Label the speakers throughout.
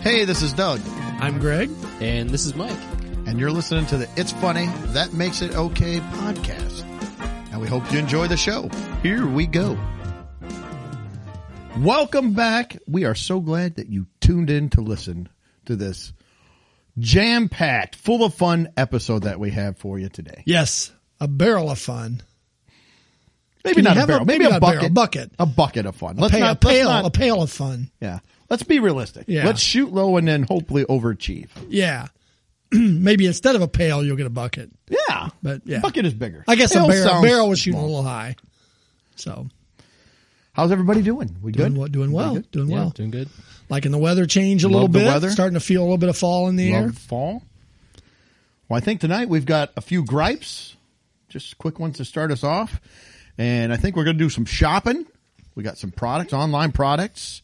Speaker 1: Hey, this is Doug,
Speaker 2: I'm Greg.
Speaker 3: And this is Mike.
Speaker 1: and you're listening to the It's Funny, That Makes It Okay podcast. And we hope you enjoy the show. Here we go. Welcome back. We are so glad that you tuned in to listen to this jam packed, full of fun episode that we have for you today.
Speaker 2: Yes, a barrel of fun.
Speaker 1: Maybe
Speaker 2: Can
Speaker 1: not
Speaker 2: you
Speaker 1: a
Speaker 2: have
Speaker 1: barrel,
Speaker 2: a-
Speaker 1: maybe,
Speaker 2: maybe
Speaker 1: a
Speaker 2: not a barrel,
Speaker 1: bucket.
Speaker 2: bucket.
Speaker 1: A bucket of fun. Let's
Speaker 2: Pay-
Speaker 1: not,
Speaker 2: a pail,
Speaker 1: let's not-
Speaker 2: a pail of fun.
Speaker 1: yeah. Let's be realistic.
Speaker 2: Yeah.
Speaker 1: Let's shoot low and then hopefully overachieve.
Speaker 2: Yeah, maybe instead of a pail, you'll get a bucket.
Speaker 1: Yeah.
Speaker 2: But, yeah.
Speaker 1: Bucket is bigger.
Speaker 2: I guess a
Speaker 1: Pail
Speaker 2: barrel,
Speaker 1: sounds
Speaker 2: barrel was shooting
Speaker 1: small.
Speaker 2: a little high. So
Speaker 1: How's everybody doing? We
Speaker 2: doing
Speaker 1: good?
Speaker 2: what? Doing well.
Speaker 1: Pretty good?
Speaker 2: Doing well.
Speaker 3: doing good.
Speaker 2: Liking the weather change a
Speaker 1: Love
Speaker 2: little
Speaker 1: the
Speaker 2: bit.
Speaker 1: weather.
Speaker 2: Starting to feel a little bit of fall in the air.
Speaker 1: Love fall. Well, I think tonight we've got a few gripes, just quick ones to start us off. And I think we're going to do some shopping. We got some products, online products.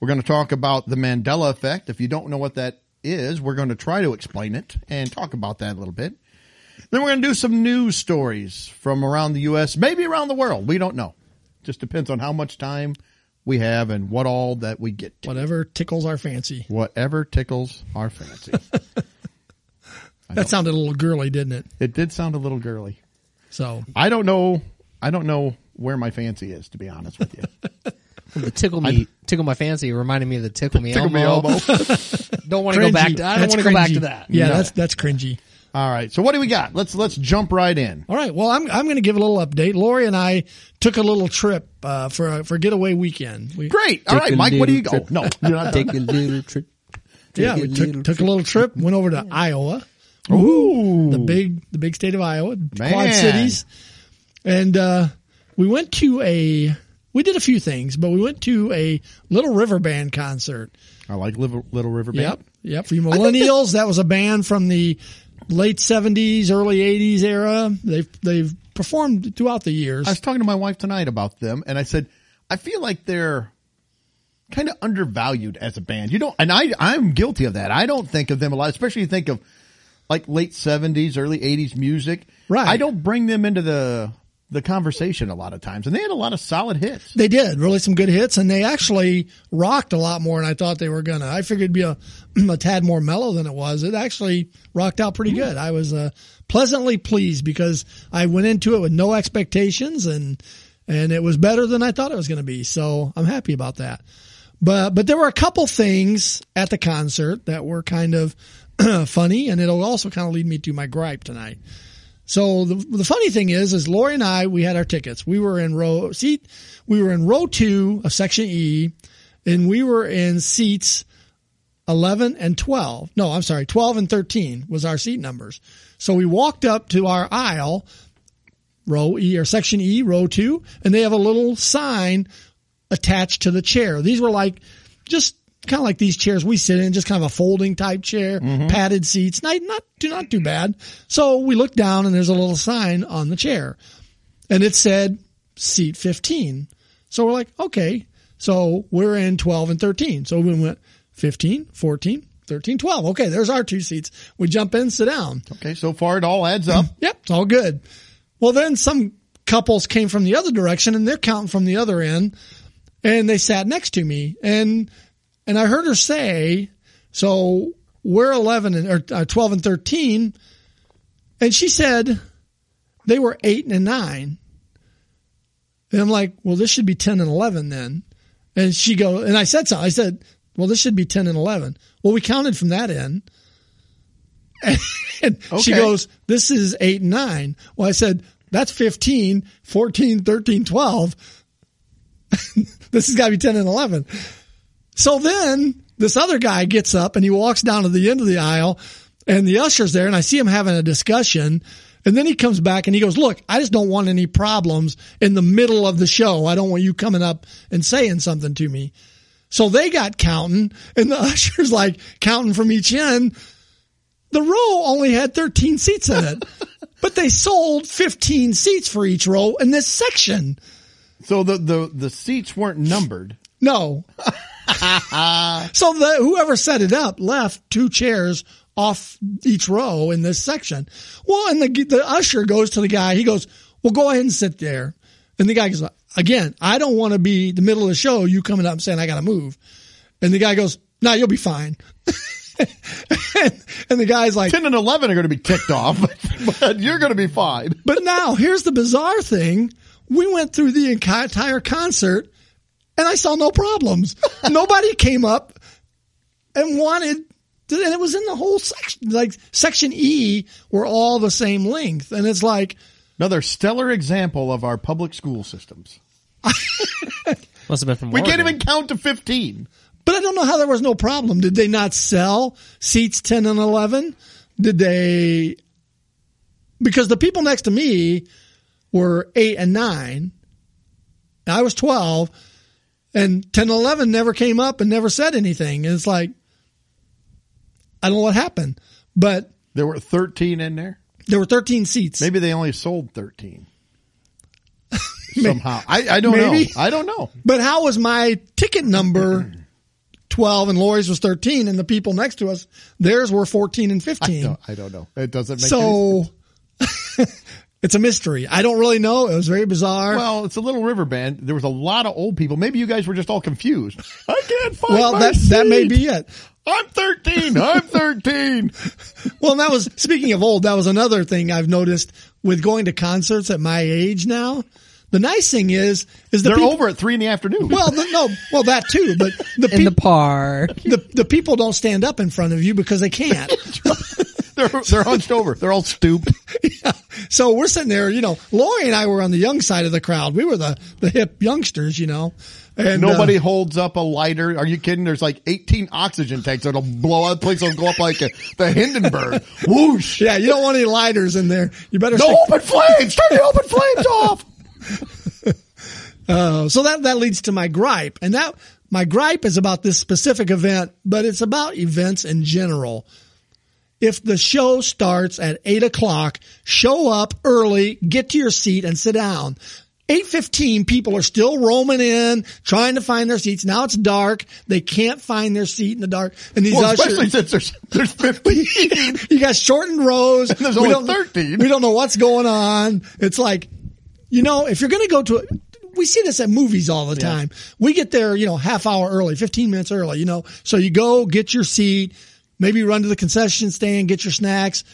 Speaker 1: We're going to talk about the Mandela effect. If you don't know what that is, we're going to try to explain it and talk about that a little bit. Then we're going to do some news stories from around the U.S., maybe around the world. We don't know. Just depends on how much time we have and what all that we get to.
Speaker 2: Whatever tickles our fancy.
Speaker 1: Whatever tickles our fancy.
Speaker 2: That sounded a little girly, didn't it?
Speaker 1: It did sound a little girly.
Speaker 2: So
Speaker 1: I don't know. I don't know where my fancy is, to be honest with you.
Speaker 3: The tickle me, tickle my fancy reminded me of the tickle me
Speaker 1: Tickle me
Speaker 3: elbow.
Speaker 1: elbow.
Speaker 3: Don't want to go back. To, I don't
Speaker 2: That's
Speaker 3: want to go back
Speaker 2: cringy.
Speaker 3: to that.
Speaker 2: Yeah,
Speaker 1: No.
Speaker 2: that's that's cringy.
Speaker 1: All right. So what do we got? Let's let's jump right in.
Speaker 2: All right. Well, I'm I'm going to give a little update. Lori and I took a little trip uh, for a, for a getaway weekend. We,
Speaker 1: Great. All right, Mike. What do you go? No, you're not
Speaker 3: Take a little trip.
Speaker 2: yeah, we took, took a little trip. Went over to Iowa,
Speaker 1: Ooh.
Speaker 2: the big the big state of Iowa, Quad
Speaker 1: Man.
Speaker 2: Cities, and uh, we went to a we did a few things, but we went to a Little River Band concert.
Speaker 1: I like Little, little River Band.
Speaker 2: Yep, yep. For you millennials, that was a band from the late '70s, early '80s era. They've they've performed throughout the years.
Speaker 1: I was talking to my wife tonight about them, and I said I feel like they're kind of undervalued as a band. You don't, and I I'm guilty of that. I don't think of them a lot, especially you think of like late seventies, early eighties music.
Speaker 2: Right.
Speaker 1: I don't bring them into the the conversation a lot of times, and they had a lot of solid hits.
Speaker 2: They did really some good hits, and they actually rocked a lot more than I thought they were gonna. I figured it'd be a, a tad more mellow than it was. It actually rocked out pretty good. I was uh, pleasantly pleased because I went into it with no expectations, and and it was better than I thought it was gonna be. So I'm happy about that. But but there were a couple things at the concert that were kind of funny, and it'll also kind of lead me to my gripe tonight. So the the funny thing is, is Lori and I we had our tickets. We were in row seat, we were in row two of section E, and we were in seats eleven and twelve. No, I'm sorry, twelve and thirteen was our seat numbers. So we walked up to our aisle, row E or section E, row two, and they have a little sign attached to the chair. These were like just kind of like these chairs we sit in, just kind of a folding type chair, padded seats, not not too not too bad. So we looked down and there's a little sign on the chair, and it said seat 15. So we're like, okay, so we're in 12 and 13. So we went 15, 14, 13, 12. Okay, there's our two seats. We jump in, sit down.
Speaker 1: Okay, so far it all adds up.
Speaker 2: Yep, it's all good. Well, then some couples came from the other direction and they're counting from the other end and they sat next to me and and I heard her say, "So we're 11 and or uh, 12 and 13." And she said they were 8 and 9. And I'm like, "Well, this should be 10 and 11 then." And she go and I said something. I said, "Well, this should be 10 and 11." Well, we counted from that end. And
Speaker 1: Okay.
Speaker 2: she goes, "This is 8 and 9." Well, I said, "That's 15, 14, 13, 12." this has got to be 10 and 11. So then this other guy gets up and he walks down to the end of the aisle and the usher's there and I see him having a discussion. And then he comes back and he goes, look, I just don't want any problems in the middle of the show. I don't want you coming up and saying something to me. So they got counting and the usher's like counting from each end. The row only had 13 seats in it, but they sold 15 seats for each row in this section.
Speaker 1: So the the the seats weren't numbered.
Speaker 2: No. so the, whoever set it up left two chairs off each row in this section. Well, and the the usher goes to the guy. He goes, "Well, go ahead and sit there." And the guy goes, "Again, I don't want to be the middle of the show. You coming up and saying I got to move." And the guy goes, no, you'll be fine. and, and the guy's like,
Speaker 1: 10 and 11 are going to be ticked off, but you're going to be fine.
Speaker 2: But now here's the bizarre thing. We went through the enci- entire concert and I saw no problems. Nobody came up and wanted to, and it was in the whole section, like section E were all the same length. And it's like,
Speaker 1: Another stellar example of our public school systems.
Speaker 3: Must have been from
Speaker 1: We
Speaker 3: Oregon.
Speaker 1: can't even count to 15.
Speaker 2: but I don't know how there was no problem. Did they not sell seats 10 and 11? Did they, because the people next to me were eight and nine. And I was 12 and 10 and 11 never came up and never said anything. And it's like, I don't know what happened, but
Speaker 1: There were 13 in there.
Speaker 2: there were 13 seats.
Speaker 1: Maybe they only sold 13. Somehow. I, I don't
Speaker 2: Maybe.
Speaker 1: know. I don't know.
Speaker 2: But how was my ticket number 12 and Lori's was 13 and the people next to us, theirs were 14 and 15.
Speaker 1: No, I don't know. It doesn't make any
Speaker 2: so it's a mystery. I don't really know. It was very bizarre. Well,
Speaker 1: Well, it's a little river band. There was a lot of old people. Maybe you guys were just all confused. I can't find my
Speaker 2: that that may
Speaker 1: seat.
Speaker 2: be it.
Speaker 1: I'm 13. I'm 13.
Speaker 2: Well, and that was speaking of old. That was another thing I've noticed with going to concerts at my age now. The nice thing is, is the
Speaker 1: They're
Speaker 2: people,
Speaker 1: over at three in the afternoon.
Speaker 2: Well, the, no, well that too, but the,
Speaker 3: in the
Speaker 2: peop
Speaker 3: park.
Speaker 2: the the people don't stand up in front of you because they can't.
Speaker 1: they're, they're hunched over. They're all stooped.
Speaker 2: So we're sitting there, you know, Lori and I were on the young side of the crowd. We were the, the hip youngsters, you know. And uh,
Speaker 1: Nobody holds up a lighter. Are you kidding? There's like 18 oxygen tanks. It'll blow up. Place will go up like a, the Hindenburg. Whoosh.
Speaker 2: yeah, you don't want any lighters in there. You better
Speaker 1: No
Speaker 2: stick-
Speaker 1: open flames. Turn the open flames off.
Speaker 2: Uh, so that that leads to my gripe, and that my gripe is about this specific event, but it's about events in general. If the show starts at eight o'clock, show up early, get to your seat, and sit down. Eight fifteen, people are still roaming in, trying to find their seats. Now it's dark; they can't find their seat in the dark. And these
Speaker 1: Well,
Speaker 2: ushers,
Speaker 1: especially since there's, there's 15.
Speaker 2: you got shortened rows.
Speaker 1: there's
Speaker 2: We
Speaker 1: only
Speaker 2: don't-
Speaker 1: 13.
Speaker 2: We don't know what's going on. It's like, you know, if you're going to go to, we see this at movies all the time. We get there, you know, half hour early, 15 minutes early, you know, so you go get your seat, maybe run to the concession stand, get your snacks,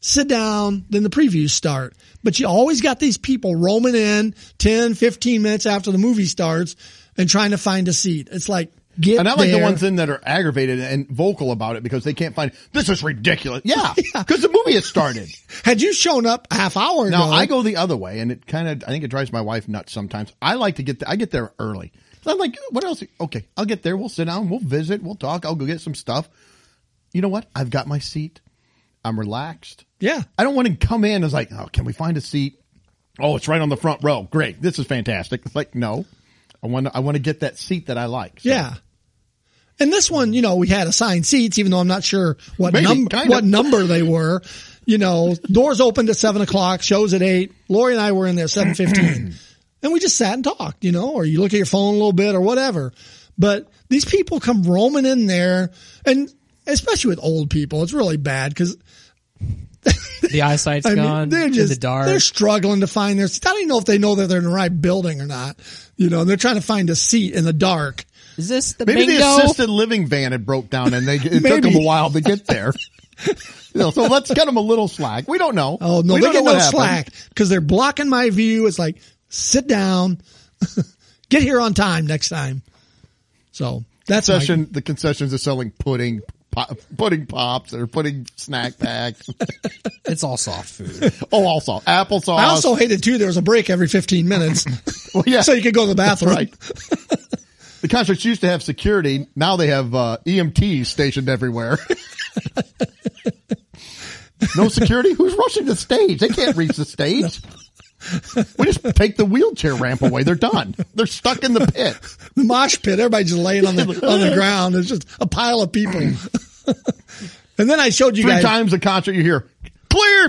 Speaker 2: sit down, then the previews start. But you always got these people roaming in 10, 15 minutes after the movie starts and trying to find a seat. It's like, get
Speaker 1: And I like the
Speaker 2: there.
Speaker 1: ones in that are aggravated and vocal about it because they can't find this is ridiculous. Yeah, because the movie has started.
Speaker 2: Had you shown up a half hour
Speaker 1: Now
Speaker 2: ago,
Speaker 1: I go the other way, and it kind of I think it drives my wife nuts sometimes. I like to get the, I get there early. So I'm like, what else? Okay, I'll get there. We'll sit down. We'll visit. We'll talk. I'll go get some stuff. You know what? I've got my seat. I'm relaxed.
Speaker 2: yeah.
Speaker 1: I don't want to come in as like, oh, can we find a seat? Oh, it's right on the front row. Great, this is fantastic. It's like, no, I want to, I want to get that seat that I like. So-
Speaker 2: Yeah. And this one, you know, we had assigned seats, even though I'm not sure what
Speaker 1: Maybe,
Speaker 2: number
Speaker 1: kinda.
Speaker 2: what number they were. You know, doors opened at seven o'clock, shows at eight. Lori and I were in there seven fifteen, and we just sat and talked. You know, or you look at your phone a little bit or whatever. But these people come roaming in there, and especially with old people, it's really bad because
Speaker 3: The eyesight's
Speaker 2: I
Speaker 3: gone.
Speaker 2: mean, they're
Speaker 3: in
Speaker 2: just
Speaker 3: the dark.
Speaker 2: They're struggling to find their seat. I don't even know if they know that they're in the right building or not. You know, and they're trying to find a seat in the dark.
Speaker 3: Is this the
Speaker 1: Maybe
Speaker 3: bingo?
Speaker 1: the assisted living van had broke down and they it took
Speaker 2: Maybe.
Speaker 1: them a while to get there. you know, so let's cut them a little slack. We don't know.
Speaker 2: Oh no,
Speaker 1: we
Speaker 2: they
Speaker 1: don't
Speaker 2: get
Speaker 1: know
Speaker 2: no
Speaker 1: what happened.
Speaker 2: slack because they're blocking my view. It's like sit down, get here on time next time. So that's my-
Speaker 1: Concession, the concessions are selling pudding, pop, pudding pops or pudding snack packs.
Speaker 3: It's all soft food.
Speaker 1: oh, also applesauce.
Speaker 2: I also hated too. There was a break every fifteen minutes,
Speaker 1: Well, yeah.
Speaker 2: so you could go to the bathroom.
Speaker 1: right. the concerts used to have security. Now they have uh, EMTs stationed everywhere. no security. Who's rushing the stage? They can't reach the stage. We just take the wheelchair ramp away. They're done. They're stuck in the pit.
Speaker 2: The mosh pit. Everybody just laying on the on the ground. It's just a pile of people. and then I showed you
Speaker 1: Three
Speaker 2: guys
Speaker 1: times a concert you hear clear.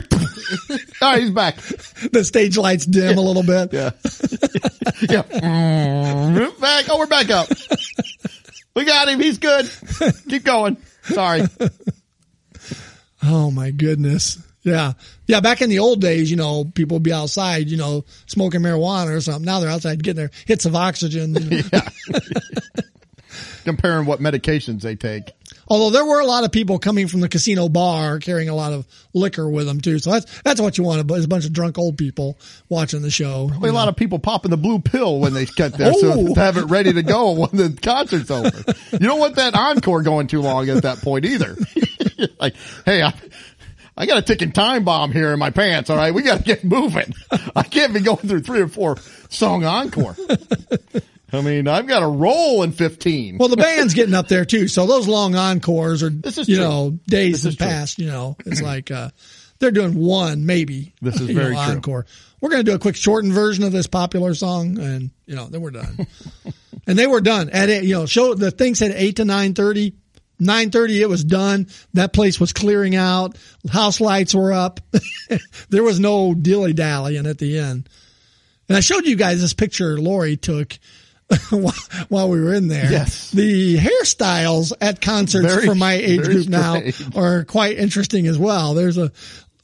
Speaker 1: All right, he's back.
Speaker 2: the stage lights dim a little bit.
Speaker 1: Yeah. yeah. Mm, Back. Oh, we're back up. We got him. He's good. Keep going. Sorry.
Speaker 2: Oh my goodness. Yeah. Yeah. Back in the old days, you know, people would be outside, you know, smoking marijuana or something. Now they're outside getting their hits of oxygen. you know.
Speaker 1: Yeah. comparing what medications they take.
Speaker 2: Although there were a lot of people coming from the casino bar carrying a lot of liquor with them too. So that's that's what you want but it's a bunch of drunk old people watching the show.
Speaker 1: Probably a lot of people popping the blue pill when they get there, so they
Speaker 2: Oh.
Speaker 1: have it ready to go when the concert's over. You don't want that encore going too long at that point either. like, hey, I, I got a ticking time bomb here in my pants. All right, we got to get moving. I can't be going through three or four song encore. I mean, I've got to roll in fifteen.
Speaker 2: Well, the band's getting up there too, so those long encores are
Speaker 1: This is
Speaker 2: you
Speaker 1: true.
Speaker 2: know days
Speaker 1: This is
Speaker 2: have
Speaker 1: true.
Speaker 2: passed. You know, it's like uh, they're doing one maybe.
Speaker 1: This is
Speaker 2: you
Speaker 1: very
Speaker 2: know,
Speaker 1: true.
Speaker 2: encore. We're going to do a quick shortened version of this popular song, and you know, then we're done. and they were done at it. You know, show the thing said eight to nine thirty. Nine thirty, it was done. That place was clearing out. House lights were up. there was no dilly dallying at the end. And I showed you guys this picture Lori took while- while we were in there.
Speaker 1: Yes.
Speaker 2: The hairstyles at concerts
Speaker 1: Very-
Speaker 2: for my age
Speaker 1: very
Speaker 2: group now
Speaker 1: strange.
Speaker 2: are quite interesting as well. There's a,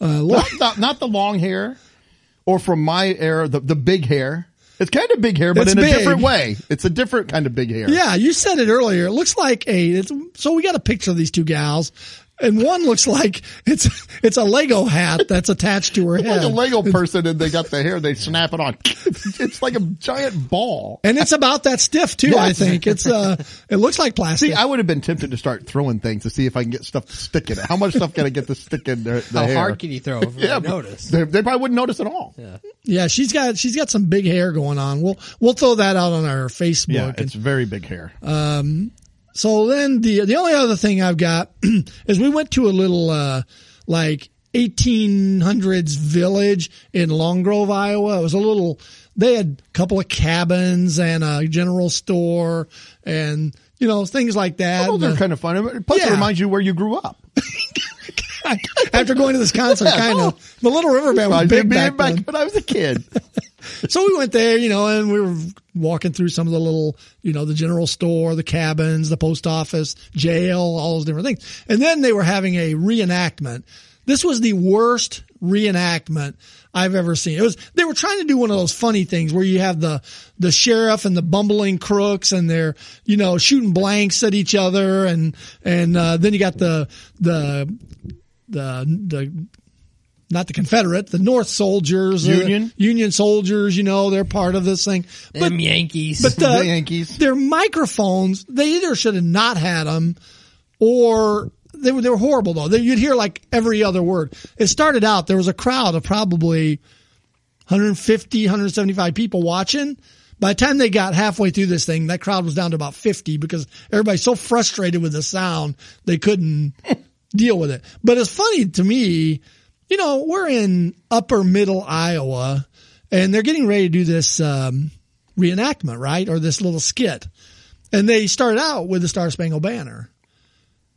Speaker 2: uh, Lori,
Speaker 1: not, not, not the long hair or from my era, the, the big hair. It's kind of big hair, but
Speaker 2: It's
Speaker 1: in a
Speaker 2: big.
Speaker 1: different way. It's a different kind of big hair.
Speaker 2: yeah, you said it earlier. It looks like a, it's, so we got a picture of these two gals. And one looks like it's it's a Lego hat that's attached to her
Speaker 1: Like
Speaker 2: head.
Speaker 1: a Lego person and they got the hair, they snap it on. It's like a giant ball.
Speaker 2: and it's about that stiff too, I
Speaker 1: Yes.
Speaker 2: think. It's uh it looks like plastic.
Speaker 1: See, I would have been tempted to start throwing things to see if I can get stuff to stick in it. How much stuff can I get to stick in the, the
Speaker 3: How
Speaker 1: hair?
Speaker 3: hard can you throw? If
Speaker 1: yeah,
Speaker 3: yeah, notice.
Speaker 1: They, they probably wouldn't notice at all.
Speaker 2: Yeah, she's got she's got some big hair going on. We'll we'll throw that out on our Facebook.
Speaker 1: Yeah,
Speaker 2: And
Speaker 1: it's very big hair.
Speaker 2: so then the the only other thing I've got is we went to a little uh like 1800s village in Long Grove, Iowa. It was a little they had a couple of cabins and a general store and you know things like that.
Speaker 1: well, they're
Speaker 2: And, uh,
Speaker 1: kind of fun. Plus, it
Speaker 2: yeah.
Speaker 1: reminds you where you grew up.
Speaker 2: after going to this concert,
Speaker 1: Yeah,
Speaker 2: kind
Speaker 1: well,
Speaker 2: of the Little River Band was
Speaker 1: Reminds me of
Speaker 2: big
Speaker 1: being
Speaker 2: back, then.
Speaker 1: back when I was a kid.
Speaker 2: so we went there, you know, and we were walking through some of the little, you know, the general store, the cabins, the post office, jail, all those different things. And then they were having a reenactment. This was the worst reenactment I've ever seen. It was, they were trying to do one of those funny things where you have the, the sheriff and the bumbling crooks and they're, you know, shooting blanks at each other. And, and, uh, then you got the, the, the, the, not the Confederate, the North soldiers, uh,
Speaker 1: Union?
Speaker 2: Union soldiers, you know, they're part of this thing. But,
Speaker 3: Them Yankees.
Speaker 2: but the,
Speaker 1: The Yankees.
Speaker 2: their microphones, they either should have not had them or they were, they were horrible though. They, you'd hear like every other word. It started out, there was a crowd of probably 150, 175 people watching. By the time they got halfway through this thing, that crowd was down to about 50 because everybody's so frustrated with the sound, they couldn't deal with it. But it's funny to me, you know, we're in upper middle Iowa and they're getting ready to do this, um, reenactment, right? Or this little skit. And they started out with the Star Spangled Banner.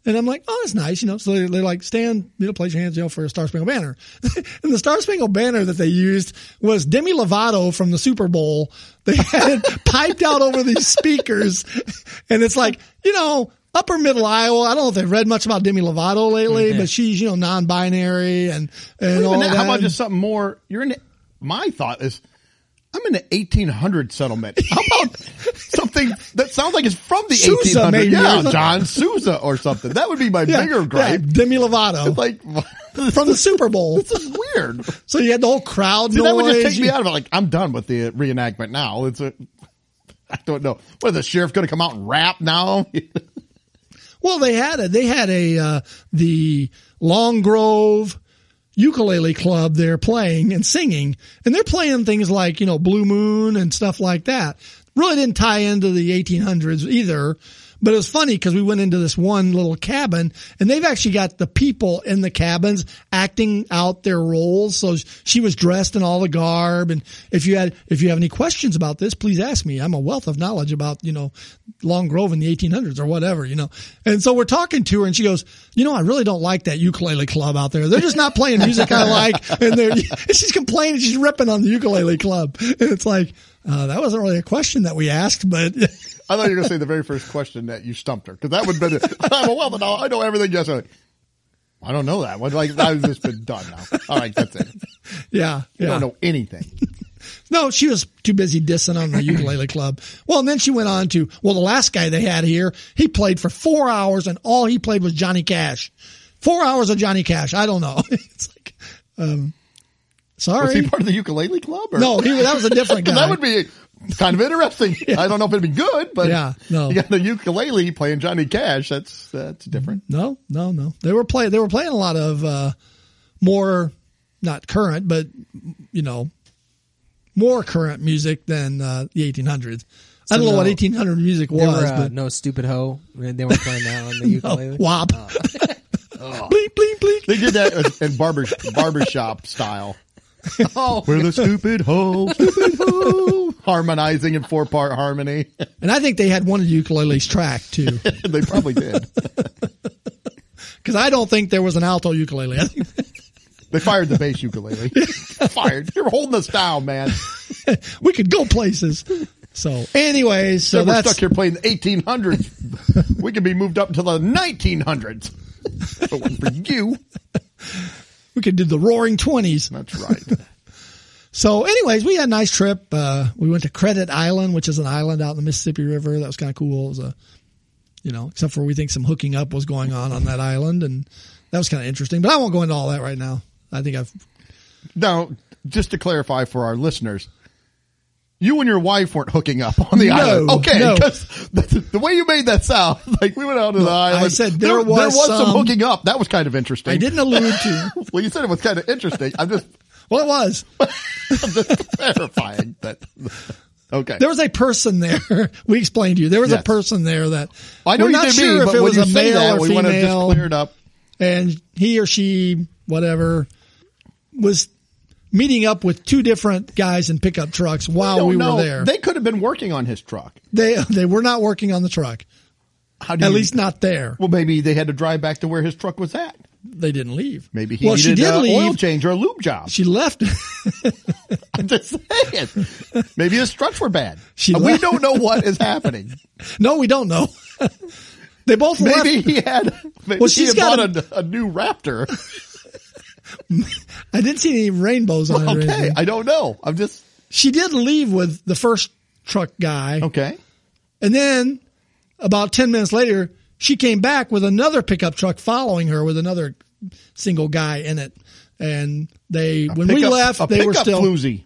Speaker 2: And I'm like, oh, that's nice, you know. So they're, they're like, stand, you know, place your hands, you know, for a Star Spangled Banner. and the Star Spangled Banner that they used was Demi Lovato from the Super Bowl. They had it piped out over these speakers, and it's like, you know, upper middle Iowa. I don't know if they've read much about Demi Lovato lately, but she's you know non-binary and and
Speaker 1: Mm-hmm.
Speaker 2: all
Speaker 1: Even
Speaker 2: that.
Speaker 1: that, how about just something more? You're in. The, my thought is, I'm in the 1800 settlement. How about something that sounds like it's from the
Speaker 2: Sousa,
Speaker 1: 1800s?
Speaker 2: maybe, or
Speaker 1: yeah,
Speaker 2: something.
Speaker 1: John Sousa or something. That would be my
Speaker 2: Yeah,
Speaker 1: bigger gripe.
Speaker 2: yeah, Demi Lovato
Speaker 1: Like,
Speaker 2: from the Super Bowl.
Speaker 1: this is weird. See,
Speaker 2: So you had the whole crowd noise.
Speaker 1: that would just take
Speaker 2: You-
Speaker 1: me out of it. Like, I'm done with the reenactment now. It's a. I don't know. What, the sheriff going to come out and rap now?
Speaker 2: Well, they had it. They had a uh, the Long Grove ukulele club there playing and singing, and they're playing things like you know Blue Moon and stuff like that. Really didn't tie into the 1800s either. But it was funny because we went into this one little cabin and they've actually got the people in the cabins acting out their roles. So she was dressed in all the garb. And if you had, if you have any questions about this, please ask me. I'm a wealth of knowledge about, you know, Long Grove in the 1800s or whatever, you know. And so we're talking to her and she goes, you know, I really don't like that ukulele club out there. They're just not playing music I like. And they're, and she's complaining. She's ripping on the ukulele club. And it's like, uh, that wasn't really a question that we asked, but
Speaker 1: I thought you were going to say the very first question that you stumped her because that would have been. I'm a woman. I know everything. Yes, like, I don't know that. What, Like I've just been done now. All right, that's it.
Speaker 2: yeah.
Speaker 1: You
Speaker 2: yeah.
Speaker 1: don't know anything.
Speaker 2: No, she was too busy dissing on the ukulele club. Well, and then she went on to, well, the last guy they had here, he played for four hours and all he played was Johnny Cash. Four hours of Johnny Cash. I don't know. it's like, um,
Speaker 1: Was
Speaker 2: sorry.
Speaker 1: he part of the ukulele club? Or?
Speaker 2: no, he, that was a different guy.
Speaker 1: Because that would be kind of interesting. I don't know if it'd be good, but
Speaker 2: Yeah, no.
Speaker 1: you got the ukulele playing Johnny Cash. That's that's different.
Speaker 2: No, no, no. They were play they were playing a lot of uh more not current, but you know, more current music than uh the 1800s. I don't know what
Speaker 3: no,
Speaker 2: 1800 music was,
Speaker 3: There were, uh,
Speaker 2: but
Speaker 3: no stupid hoe. They weren't playing that on the ukulele.
Speaker 2: oh, wop. bleep bleep bleep.
Speaker 1: They did that in barber barbershop style.
Speaker 3: Oh,
Speaker 1: We're the stupid hoe, stupid hoe, harmonizing in four part harmony.
Speaker 2: And I think they had one of the ukulele's track too,
Speaker 1: they probably did.
Speaker 2: because I don't think there was an alto ukulele. I think
Speaker 1: They fired the bass ukulele. fired. You're holding us down, man.
Speaker 2: we could go places. So, anyways, so
Speaker 1: So we're
Speaker 2: that's
Speaker 1: stuck here playing the 1800s. we could be moved up to the 1900s. But it wasn't for you.
Speaker 2: we could do the Roaring Twenties.
Speaker 1: That's right.
Speaker 2: So, anyways, we had a nice trip. Uh, we went to Credit Island, which is an island out in the Mississippi River. That was kind of cool. It was a, you know, except for we think some hooking up was going on on that island, and that was kind of interesting. But I won't go into all that right now. I think I've
Speaker 1: Now, just to clarify for our listeners, you and your wife weren't hooking up on the
Speaker 2: No,
Speaker 1: island. Okay,
Speaker 2: no.
Speaker 1: because the, the way you made that sound, like we went out to the island.
Speaker 2: said there
Speaker 1: there
Speaker 2: was
Speaker 1: some,
Speaker 2: some-
Speaker 1: hooking up. That was kind of interesting.
Speaker 2: I didn't allude to.
Speaker 1: Well, you said it was kind of interesting. I'm just,
Speaker 2: Well, it was
Speaker 1: I'm just clarifying that. Okay.
Speaker 2: there was a person there. we explained to you there was a
Speaker 1: Yes.
Speaker 2: person there that
Speaker 1: I know
Speaker 2: we're
Speaker 1: you
Speaker 2: not
Speaker 1: did
Speaker 2: sure
Speaker 1: mean,
Speaker 2: if
Speaker 1: but
Speaker 2: it
Speaker 1: when
Speaker 2: was
Speaker 1: you
Speaker 2: a
Speaker 1: say
Speaker 2: male
Speaker 1: that,
Speaker 2: or
Speaker 1: we want to just
Speaker 2: female.
Speaker 1: clear it up.
Speaker 2: and he or she, whatever, was meeting up with two different guys in pickup trucks while
Speaker 1: Don't
Speaker 2: we
Speaker 1: know.
Speaker 2: were there.
Speaker 1: They could have been working on his truck.
Speaker 2: They they were not working on the truck.
Speaker 1: How do
Speaker 2: At
Speaker 1: you-
Speaker 2: least not there.
Speaker 1: Well, maybe they had to drive back to where his truck was at.
Speaker 2: They didn't leave.
Speaker 1: Maybe he
Speaker 2: well,
Speaker 1: needed
Speaker 2: she did
Speaker 1: a
Speaker 2: leave.
Speaker 1: oil change or a lube job.
Speaker 2: She left.
Speaker 1: I'm just saying. Maybe his struts were bad.
Speaker 2: She
Speaker 1: we
Speaker 2: left.
Speaker 1: don't know what is happening.
Speaker 2: no, we don't know. they both
Speaker 1: Maybe
Speaker 2: left.
Speaker 1: he had. Maybe
Speaker 2: Well,
Speaker 1: she
Speaker 2: she's
Speaker 1: had
Speaker 2: got
Speaker 1: bought a, a new Raptor.
Speaker 2: I didn't see any rainbows on it. or
Speaker 1: Okay,
Speaker 2: anything.
Speaker 1: I don't know. I'm just
Speaker 2: She did leave with the first truck guy,
Speaker 1: okay.
Speaker 2: and then about ten minutes later, she came back with another pickup truck following her with another single guy in it. And they, when we
Speaker 1: Pickup-
Speaker 2: left,
Speaker 1: a
Speaker 2: they were
Speaker 1: pickup
Speaker 2: still.
Speaker 1: floozy,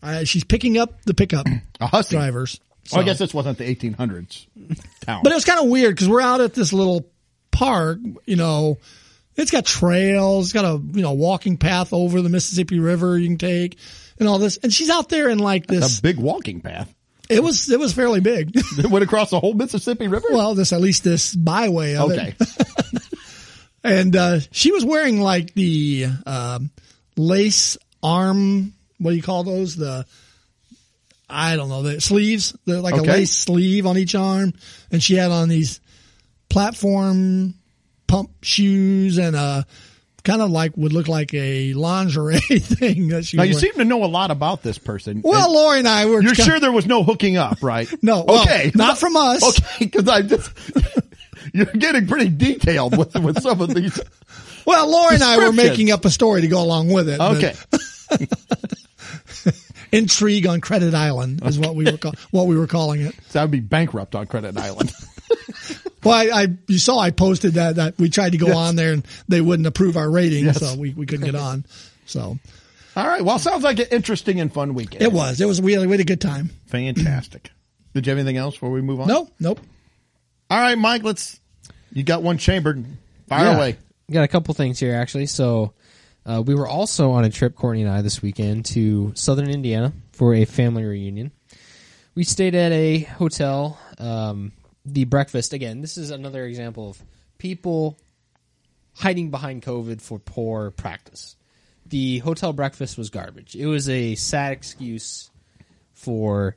Speaker 2: Uh, she's picking up the pickup
Speaker 1: a hussy.
Speaker 2: drivers.
Speaker 1: Well, I guess this wasn't the 1800s town.
Speaker 2: But it was kind of weird because we're out at this little park, you know, it's got trails, it's got a, you know, walking path over the Mississippi River you can take and all this. And she's out there in like
Speaker 1: a
Speaker 2: this,
Speaker 1: big walking path
Speaker 2: it was, it was fairly big.
Speaker 1: that went across the whole Mississippi River.
Speaker 2: well, this, at least this byway of
Speaker 1: okay,
Speaker 2: it. And, uh, she was wearing like the, um, lace arm, what do you call those? The, I don't know, the sleeves, the, like
Speaker 1: Okay.
Speaker 2: a lace sleeve on each arm. And she had on these platform pump shoes and a kind of like would look like a lingerie thing that she
Speaker 1: now
Speaker 2: was
Speaker 1: you
Speaker 2: wearing.
Speaker 1: seem to know a lot about this person.
Speaker 2: well, Lori and I were
Speaker 1: You're
Speaker 2: kind-
Speaker 1: sure there was no hooking up, right?
Speaker 2: No, well,
Speaker 1: okay.
Speaker 2: not from us.
Speaker 1: Okay, because I just you're getting pretty detailed with with some of these.
Speaker 2: Well, Lori and I were
Speaker 1: Descriptions.
Speaker 2: making up a story to go along with it. but
Speaker 1: Okay,
Speaker 2: intrigue on Credit Island is what we were call, what we were calling it.
Speaker 1: so I'd be bankrupt on Credit Island.
Speaker 2: Well, I, I you saw I posted that, that we tried to go on there and they wouldn't approve our rating, so we, we couldn't get on. So
Speaker 1: All right. Well, sounds like an interesting and fun weekend.
Speaker 2: it was it was we had, we had a good time.
Speaker 1: fantastic. Did you have anything else before we move on?
Speaker 2: No, nope.
Speaker 1: All right, Mike. Let's. You got one chambered. Fire
Speaker 3: Yeah.
Speaker 1: away.
Speaker 3: Got a couple things here actually. So uh, we were also on a trip, Courtney and I, this weekend to Southern Indiana for a family reunion. We stayed at a hotel. Um, the breakfast again. This is another example of people hiding behind COVID for poor practice. The hotel breakfast was garbage. It was a sad excuse for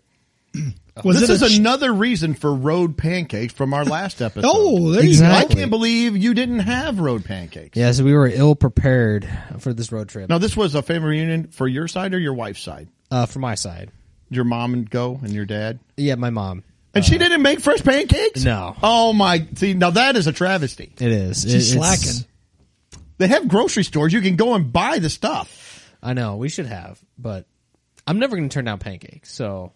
Speaker 2: Was
Speaker 1: this
Speaker 2: it
Speaker 1: is
Speaker 2: a, ch-
Speaker 1: another reason for road pancakes from our last episode.
Speaker 2: Oh, there you
Speaker 1: I
Speaker 3: Exactly.
Speaker 1: can't believe you didn't have road pancakes.
Speaker 3: yeah. So we were ill prepared for this road trip
Speaker 1: Now, this was a family reunion for your side or your wife's side?
Speaker 3: uh, from my side.
Speaker 1: Your mom and go and your dad?
Speaker 3: Yeah, my mom.
Speaker 1: And she didn't make fresh pancakes?
Speaker 3: Uh, No.
Speaker 1: Oh my! See, now that is a travesty.
Speaker 3: It is.
Speaker 2: She's
Speaker 3: It- it's-
Speaker 2: slacking.
Speaker 1: They have grocery stores; you can go and buy the stuff.
Speaker 3: I know we should have, but I'm never going to turn down pancakes. So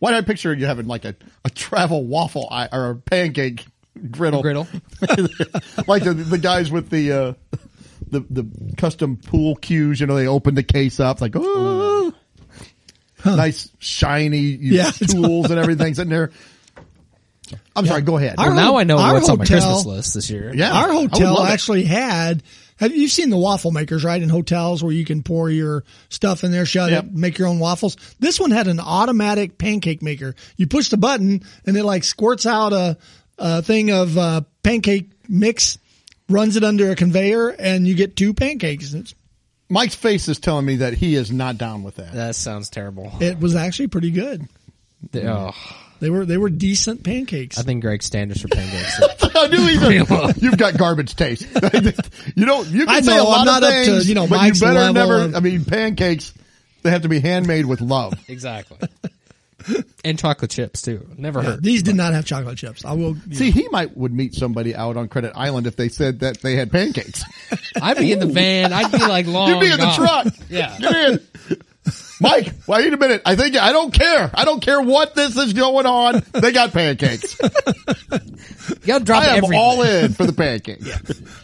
Speaker 1: Why did I picture you having like a, a travel waffle eye, or a pancake griddle?
Speaker 3: griddle.
Speaker 1: like the, the guys with the, uh, the the custom pool cues, you know, they open the case up, like, oh, nice shiny
Speaker 2: Yeah.
Speaker 1: tools and everything sitting there. I'm sorry, go ahead.
Speaker 2: Our-
Speaker 3: Well, now I know
Speaker 2: our
Speaker 3: what's on my
Speaker 2: hotel-
Speaker 3: Christmas list this year.
Speaker 1: yeah, I
Speaker 2: Our
Speaker 1: would
Speaker 2: hotel
Speaker 1: love it.
Speaker 2: actually had. Have you've seen the waffle makers, right? In hotels where you can pour your stuff in there, shut
Speaker 1: Yep.
Speaker 2: it, make your own waffles. This one had an automatic pancake maker. You push the button and it like squirts out a, a thing of uh, pancake mix, runs it under a conveyor, and you get two pancakes. It's,
Speaker 1: Mike's face is telling me that he is not down with that.
Speaker 3: That sounds terrible.
Speaker 2: it was actually pretty good.
Speaker 3: The-
Speaker 1: Mm.
Speaker 3: oh,
Speaker 2: They were they were decent pancakes.
Speaker 3: I think Greg Standish for pancakes.
Speaker 1: I knew he's a, you've got garbage taste. you don't. You can
Speaker 2: I
Speaker 1: say a
Speaker 2: know,
Speaker 1: lot
Speaker 2: I'm not
Speaker 1: of
Speaker 2: up to,
Speaker 1: things,
Speaker 2: you know,
Speaker 1: but
Speaker 2: Mike's
Speaker 1: you better
Speaker 2: level
Speaker 1: never.
Speaker 2: of-
Speaker 1: I mean, pancakes. They have to be handmade with love.
Speaker 3: exactly. And chocolate chips too. Never hurt.
Speaker 2: These did not have chocolate chips. I will.
Speaker 1: See, he might would meet somebody out on Credit Island if they said that they had pancakes.
Speaker 3: I'd be in the van. I'd be like long.
Speaker 2: Oh,
Speaker 1: You'd be in the
Speaker 3: gone.
Speaker 1: truck.
Speaker 3: Yeah.
Speaker 1: Get in. Mike, wait a minute. I think I don't care. I don't care what this is going on. They got pancakes.
Speaker 3: You gotta drop
Speaker 1: I am
Speaker 3: everything.
Speaker 1: all in for the pancakes.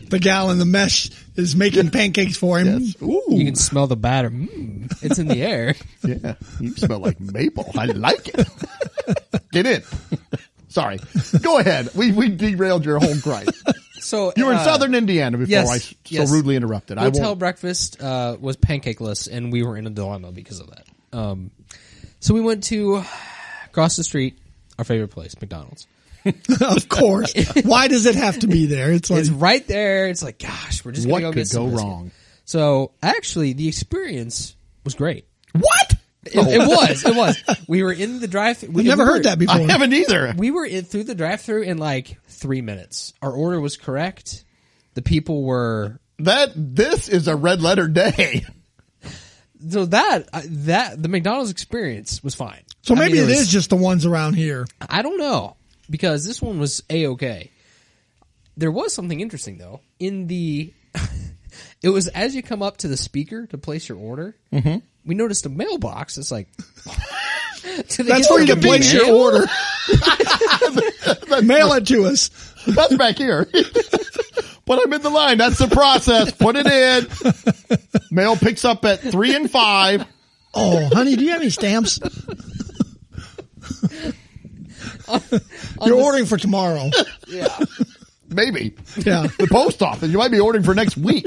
Speaker 2: The gal in the mesh is making pancakes for him.
Speaker 3: You
Speaker 1: Ooh.
Speaker 3: can smell the batter. Mm, it's in the air.
Speaker 1: Yeah. You smell like maple. I like it. Get in. Sorry. Go ahead. We we derailed your whole gripe.
Speaker 3: So
Speaker 1: You were in
Speaker 3: uh,
Speaker 1: southern Indiana before
Speaker 3: yes,
Speaker 1: I s- so
Speaker 3: yes.
Speaker 1: rudely interrupted. I
Speaker 3: Hotel
Speaker 1: won't.
Speaker 3: breakfast uh, was pancakeless, and we were in a dilemma because of that. Um, so we went to across the street, our favorite place, McDonald's.
Speaker 2: of course. Why does it have to be there? It's like
Speaker 3: It's right there. It's like, gosh, we're just
Speaker 1: What
Speaker 3: gonna go
Speaker 1: could
Speaker 3: get some
Speaker 1: go
Speaker 3: biscuit.
Speaker 1: wrong?
Speaker 3: So actually, the experience was great.
Speaker 1: What?
Speaker 3: It, it was. It was. We were in the drive. We
Speaker 2: I've never
Speaker 3: we were-
Speaker 2: heard that
Speaker 1: I
Speaker 2: before.
Speaker 1: haven't either.
Speaker 3: We were in through the drive-through in like three minutes. Our order was correct. The people were
Speaker 1: That this is a red letter day.
Speaker 3: so that I- that the McDonald's experience was fine.
Speaker 2: So
Speaker 3: I
Speaker 2: maybe
Speaker 3: mean,
Speaker 2: it
Speaker 3: was-
Speaker 2: is just the ones around here.
Speaker 3: I don't know because this one was a okay. There was something interesting though in the. it was as you come up to the speaker to place your order. Mm-hmm. We noticed a mailbox. It's like. Do they
Speaker 2: That's
Speaker 3: get
Speaker 2: where you
Speaker 3: like
Speaker 2: can
Speaker 3: a
Speaker 2: place your
Speaker 3: mail?
Speaker 2: order. Mail it to us.
Speaker 1: That's back here. but I'm in the line. That's the process. Put it in. Mail picks up at three and five.
Speaker 2: Oh, honey, do you have any stamps? You're ordering for tomorrow.
Speaker 1: Maybe
Speaker 2: Yeah.
Speaker 1: the post office. You might be ordering for next week.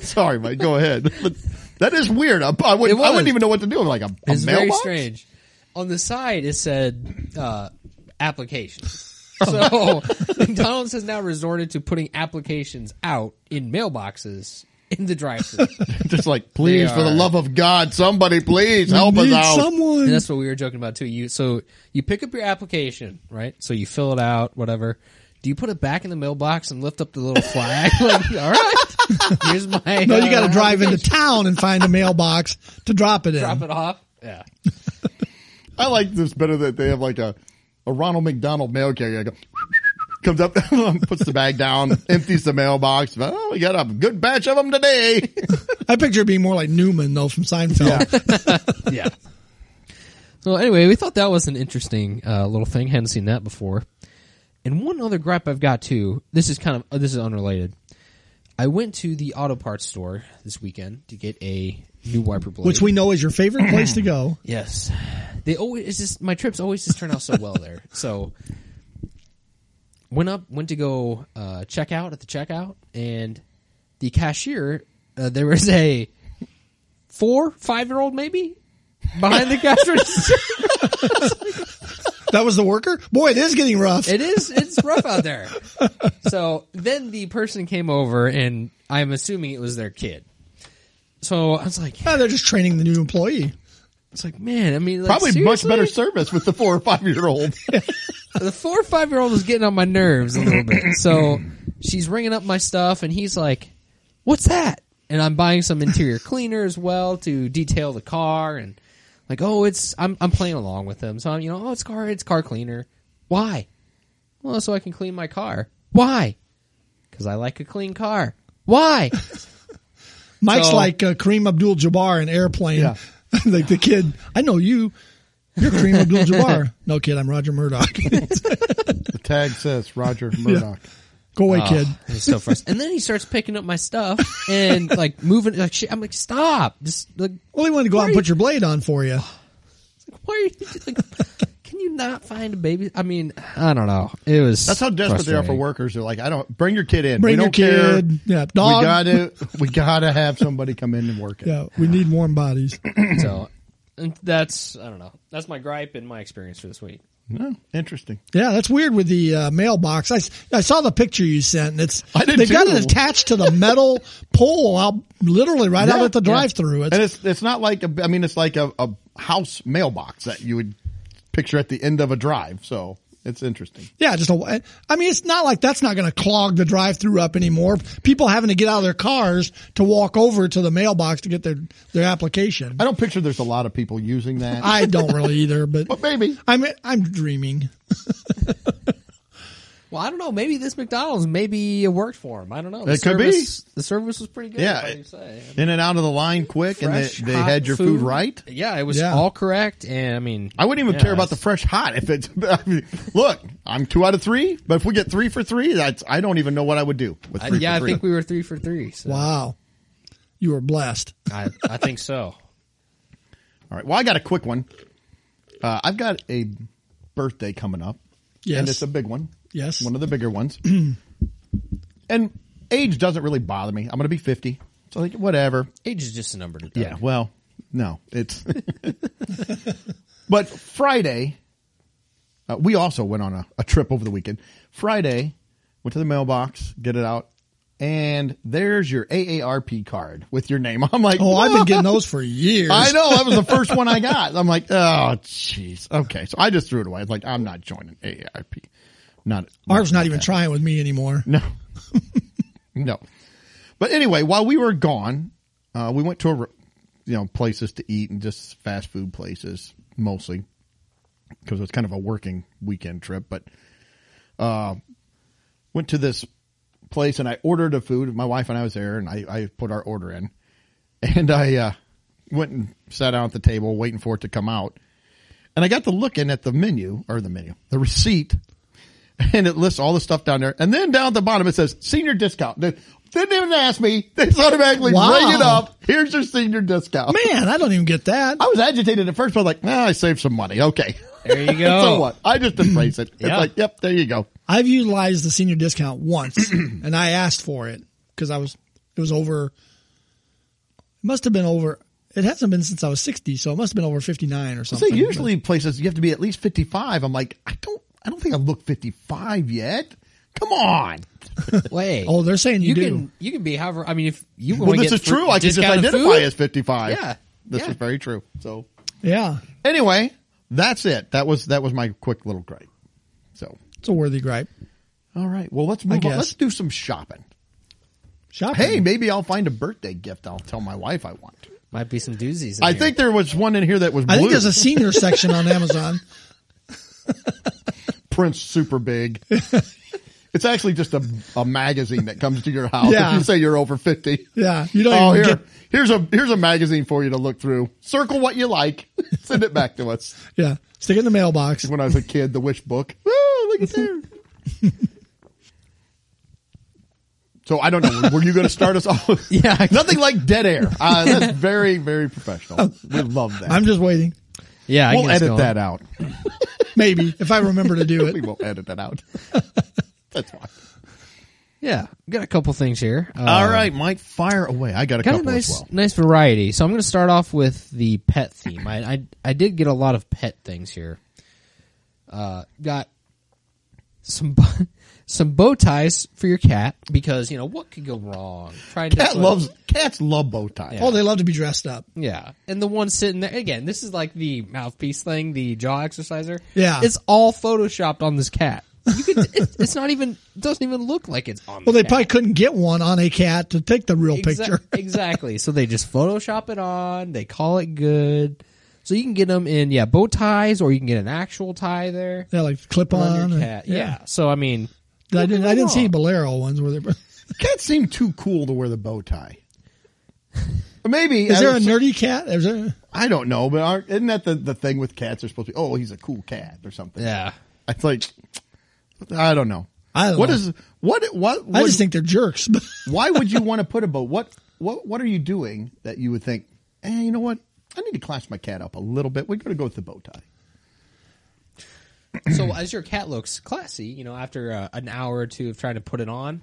Speaker 1: Sorry, Mike. Go ahead. But that is weird. I, I wouldn't,
Speaker 3: It
Speaker 1: I wouldn't
Speaker 3: was.
Speaker 1: even know what to do. I'm like a, a
Speaker 3: It's very
Speaker 1: mailbox?
Speaker 3: strange. On the side, it said uh, applications. So McDonald's has now resorted to putting applications out in mailboxes in the drive-through,
Speaker 1: Just like, please,
Speaker 3: They
Speaker 1: for the
Speaker 3: are-
Speaker 1: love of God, somebody, please help us
Speaker 2: Need
Speaker 1: out.
Speaker 2: someone.
Speaker 3: and that's what we were joking about too. You so you pick up your application, right? So you fill it out, whatever. Do you put it back in the mailbox and lift up the little flag? like, all right, here's my.
Speaker 2: no, you
Speaker 3: uh,
Speaker 2: got to drive into town and find a mailbox to drop it in.
Speaker 3: Drop it off. Yeah.
Speaker 1: I like this better that they have like a, a Ronald McDonald mail carrier. I go, comes up, puts the bag down, empties the mailbox. Well, we got a good batch of them today.
Speaker 2: I picture it being more like Newman though from Seinfeld.
Speaker 1: yeah.
Speaker 3: So anyway, we thought that was an interesting uh, little thing. Hadn't seen that before. And one other gripe I've got too. This is kind of uh, this is unrelated. I went to the auto parts store this weekend to get a new wiper blade.
Speaker 2: Which we know is your favorite place to go.
Speaker 3: yes, they always it's just my trips always just turn out so well there. So went up went to go uh, check out at the checkout and the cashier uh, there was a four five year old maybe behind the cash register.
Speaker 2: That was the worker? Boy, it is getting rough.
Speaker 3: It is. It's rough out there. So then the person came over, and I'm assuming it was their kid. So I was like,
Speaker 2: Ah, they're just training the new employee.
Speaker 3: it's like, man. I mean, like,
Speaker 1: Probably much
Speaker 3: seriously?
Speaker 1: better service with the four or five year old.
Speaker 3: The four or five year old was getting on my nerves a little bit. So she's ringing up my stuff, and he's like, "What's that?" And I'm buying some interior cleaner as well to detail the car, and like, oh, it's I'm I'm playing along with him. So I'm you know, oh, it's car, it's car cleaner. Why? Well, so I can clean my car. Why? Because I like a clean car. Why?
Speaker 2: Mike's
Speaker 3: So-
Speaker 2: like uh, Kareem Abdul-Jabbar in Airplane.
Speaker 1: Yeah.
Speaker 2: like the kid, I know you. You're Kareem Abdul-Jabbar. no kid, I'm Roger Murdoch.
Speaker 1: The tag says Roger Murdoch.
Speaker 2: Go
Speaker 1: Ah.
Speaker 2: away, kid.
Speaker 3: It was so frustrating. and then he starts picking up my stuff and like moving. Like shit, I'm like, stop! Just like,
Speaker 2: Well, he wanted to go
Speaker 3: Why
Speaker 2: out and
Speaker 3: are
Speaker 2: put your blade on for you.
Speaker 3: why are you like? can you not find a baby? I mean, I don't know. It was.
Speaker 1: That's how desperate they are for
Speaker 3: frustrating.
Speaker 1: workers. They're like, I don't bring your kid in.
Speaker 2: Bring
Speaker 1: we
Speaker 2: your
Speaker 1: don't care.
Speaker 2: kid. Yeah, dog.
Speaker 1: We gotta we gotta have somebody come in and work it.
Speaker 2: Yeah, we need warm bodies.
Speaker 3: So and that's I don't know. That's my gripe and my experience for this week.
Speaker 1: No, interesting.
Speaker 2: Yeah, that's weird with the uh, mailbox. I, s- I saw the picture you sent, and it's
Speaker 1: I did
Speaker 2: they've got
Speaker 1: too.
Speaker 2: it attached to the metal pole out literally right out
Speaker 1: Yeah,
Speaker 2: at the
Speaker 1: yeah.
Speaker 2: drive-through. It's,
Speaker 1: And it's it's not like a, I mean it's like a, a house mailbox that you would picture at the end of a drive. So it's interesting.
Speaker 2: yeah, just a. I mean, it's not like that's not going to clog the drive-through up anymore. People having to get out of their cars to walk over to the mailbox to get their their application.
Speaker 1: I don't picture there's a lot of people using that.
Speaker 2: I don't really either, but
Speaker 1: but maybe
Speaker 2: I'm I'm dreaming.
Speaker 3: Well, I don't know. Maybe this McDonald's maybe it worked for him. I don't know. The
Speaker 1: It could be.
Speaker 3: service- The service was pretty good.
Speaker 1: Yeah.
Speaker 3: if I do say.
Speaker 1: in and out of the line quick,
Speaker 3: Fresh,
Speaker 1: and they, they
Speaker 3: hot
Speaker 1: had your food, right.
Speaker 3: Yeah, it was
Speaker 2: Yeah.
Speaker 3: all correct. And I mean,
Speaker 1: I wouldn't even
Speaker 3: yeah,
Speaker 1: care about the
Speaker 3: it's-
Speaker 1: fresh hot if it's. I mean, look, I'm two out of three, but if we get three for three, that's I don't even know what I would do with
Speaker 3: I-
Speaker 1: three.
Speaker 3: Uh, yeah,
Speaker 1: for
Speaker 3: I
Speaker 1: three.
Speaker 3: think we were three for three. So
Speaker 2: Wow, you were blessed.
Speaker 3: I, I think so.
Speaker 1: All right. Well, I got a quick one. Uh, I've got a birthday coming up.
Speaker 2: Yes.
Speaker 1: And it's a big one.
Speaker 2: Yes.
Speaker 1: One of the bigger ones. and age doesn't really bother me. I'm going to be 50. So, like, whatever.
Speaker 3: Age is just a number to
Speaker 1: Yeah.
Speaker 3: Doug.
Speaker 1: Well, no, it's. but Friday, uh, we also went on a, a trip over the weekend. Friday, went to the mailbox, get it out, and there's your AARP card with your name. I'm like,
Speaker 2: Oh, I've been
Speaker 1: "What?"
Speaker 2: getting those for years.
Speaker 1: I know that was the first one I got. I'm like, oh, jeez. Okay, so I just threw it away. I was like, I'm not joining AARP. Not
Speaker 2: Marv's not even trying with me anymore.
Speaker 1: no. no. But anyway, while we were gone, uh, we went to a, re- you know, places to eat and just fast food places mostly because it was kind of a working weekend trip, but, uh, went to this place and I ordered a food. My wife and I was there and I, I put our order in and I, uh, went and sat down at the table waiting for it to come out. And I got to looking at the menu or the menu, the receipt and it lists all the stuff down there. And then down at the bottom it says senior discount. They didn't even ask me. They just automatically
Speaker 2: Wow.
Speaker 1: bring it up. Here's your senior discount.
Speaker 2: Man, I don't even get that.
Speaker 1: I was agitated at first, but I was like, nah, I saved some money. Okay.
Speaker 3: There you go.
Speaker 1: so what? I just embrace it. It's
Speaker 3: Yeah.
Speaker 1: like, yep, there you go.
Speaker 2: I've utilized the senior discount once, and I asked for it because I was it was over. It must have been over. It hasn't been since I was sixty, so it must have been over fifty nine or
Speaker 1: So
Speaker 2: something.
Speaker 1: usually places you have to be at least 55. I'm like, I don't, I don't think I've looked 55 yet. Come on.
Speaker 3: Wait.
Speaker 2: Oh, they're saying you do.
Speaker 3: can you can be however. I mean, if you
Speaker 1: Well,
Speaker 3: want
Speaker 1: this
Speaker 3: to
Speaker 1: is true. I can just identify as 55.
Speaker 3: Yeah.
Speaker 1: This
Speaker 3: Yeah.
Speaker 1: is very true. So
Speaker 2: But- yeah,
Speaker 1: anyway, that's it. That was, that was my quick little gripe. So.
Speaker 2: it's a worthy gripe.
Speaker 1: All right. Well, let's move on.
Speaker 2: guess.
Speaker 1: Let's do some shopping.
Speaker 2: Shopping.
Speaker 1: Hey, maybe I'll find a birthday gift. I'll tell my wife I want.
Speaker 3: Might be some doozies. in
Speaker 1: I
Speaker 3: here.
Speaker 1: think there was one in here that was blue.
Speaker 2: I think there's a senior section on Amazon.
Speaker 1: Prince super big. it's actually just a, a magazine that comes to your house.
Speaker 2: Yeah.
Speaker 1: If you say you're over 50.
Speaker 2: Yeah, you don't
Speaker 1: Oh,
Speaker 2: even
Speaker 1: here,
Speaker 2: get.
Speaker 1: here's a here's a magazine for you to look through. Circle what you like. Send it back to us.
Speaker 2: Yeah, stick it in the mailbox.
Speaker 1: When I was a kid, the wish book. Oh, look at there. So I don't know. Were you going to start us off?
Speaker 3: Yeah.
Speaker 1: Nothing like dead air. Uh, that's very, very professional. We love that.
Speaker 2: Oh, I'm just waiting.
Speaker 3: Yeah. I
Speaker 1: we'll
Speaker 3: guess
Speaker 1: edit
Speaker 3: go
Speaker 1: that
Speaker 3: on.
Speaker 1: out.
Speaker 2: Maybe if I remember to do
Speaker 1: We
Speaker 2: it.
Speaker 1: will edit that out. That's fine.
Speaker 3: Yeah. Got a couple things here. Uh,
Speaker 1: All
Speaker 2: Um,
Speaker 1: right, Mike, fire away. I got a
Speaker 3: Got a
Speaker 1: couple
Speaker 3: nice,
Speaker 1: as well.
Speaker 3: nice variety. So I'm going to start off with the pet theme. I, I I did get a lot of pet things here. Uh, got some bo- some bow ties for your cat because you know what could go wrong. Trying
Speaker 1: Cat
Speaker 3: to
Speaker 1: loves cats love bow ties.
Speaker 2: Oh, they love to be dressed up.
Speaker 3: Yeah. And the one sitting there again, this is like the mouthpiece thing, the jaw exerciser.
Speaker 2: Yeah.
Speaker 3: It's all photoshopped on this cat. You could, it, it's not even it doesn't even look like it's on.
Speaker 2: Well,
Speaker 3: the
Speaker 2: they probably couldn't get one on a cat to take the real
Speaker 3: Exa-
Speaker 2: picture.
Speaker 3: exactly. So they just Photoshop it on. They call it good. So you can get them in yeah bow ties, or you can get an actual tie there.
Speaker 2: Yeah, like clip
Speaker 3: on
Speaker 2: on.
Speaker 3: your
Speaker 2: and-
Speaker 3: cat. Yeah. So I mean,
Speaker 2: I didn't. I didn't see
Speaker 3: Wrong.
Speaker 2: Bolero ones where they.
Speaker 1: Cats seem too cool to wear the bow tie. Maybe
Speaker 2: Is
Speaker 1: I
Speaker 2: there a
Speaker 1: don't-
Speaker 2: nerdy cat? Is there?
Speaker 1: I don't know, but aren't, isn't that the, the thing with cats? They're supposed to be, oh, he's a cool cat or something.
Speaker 3: Yeah.
Speaker 1: It's like, I don't know.
Speaker 2: I don't
Speaker 1: What
Speaker 2: know.
Speaker 1: is- what, what,
Speaker 2: I
Speaker 1: would-
Speaker 2: just think they're jerks.
Speaker 1: why would you want to put a bow? What, what, what are you doing that you would think, eh, you know what? I need to class my cat up a little bit. We're going to go with the bow tie.
Speaker 3: so as your cat looks classy, you know, after uh, an hour or two of trying to put it on,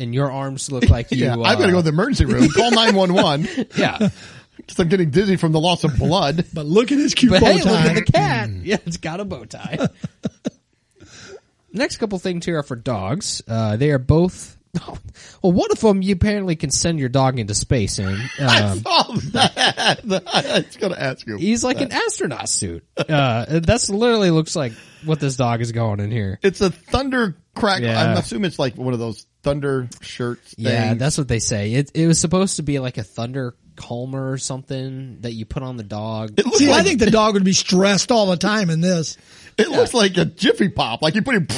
Speaker 3: and your arms look like you.
Speaker 1: yeah,
Speaker 3: uh,
Speaker 1: I've got to go to the emergency room. Call 911
Speaker 3: Yeah,
Speaker 1: because I'm getting dizzy from the loss of blood.
Speaker 2: but look at his cute
Speaker 3: but
Speaker 2: bow
Speaker 3: hey, look
Speaker 2: tie. Mm.
Speaker 3: at the cat. Yeah, it's got a bow tie. Next couple things here are for dogs. Uh, they are both. Well, one of them you apparently can send your dog into space in. Um,
Speaker 1: Oh, that, I was going to ask you.
Speaker 3: he's like an astronaut suit. Uh, that's literally looks like what this dog is going in here.
Speaker 1: It's a thunder crack.
Speaker 3: Yeah.
Speaker 1: I'm assuming it's like one of those thunder shirts.
Speaker 3: Yeah,
Speaker 1: things.
Speaker 3: that's what they say. It it was supposed to be like a thunder calmer or something that you put on the dog.
Speaker 1: It looks
Speaker 2: See,
Speaker 1: like,
Speaker 2: I think the dog would be stressed all the time in this.
Speaker 1: it looks like a Jiffy Pop. Like you put him,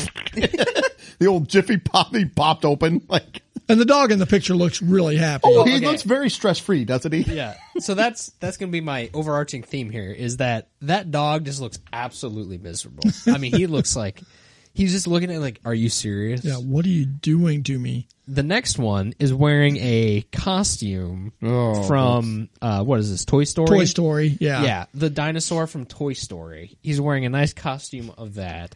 Speaker 1: the old Jiffy Pop, he popped open. Like
Speaker 2: And the dog in the picture looks really happy.
Speaker 1: oh,
Speaker 3: okay.
Speaker 1: he looks very stress free, doesn't he?
Speaker 3: yeah. So that's that's gonna be my overarching theme here is that that dog just looks absolutely miserable. I mean, he looks like he's just looking at it like, are you serious?
Speaker 2: Yeah, what are you doing to me?
Speaker 3: The next one is wearing a costume
Speaker 1: Oh,
Speaker 3: from uh, what is this Toy Story?
Speaker 2: Toy Story. Yeah.
Speaker 3: Yeah, the dinosaur from Toy Story. He's wearing a nice costume of that.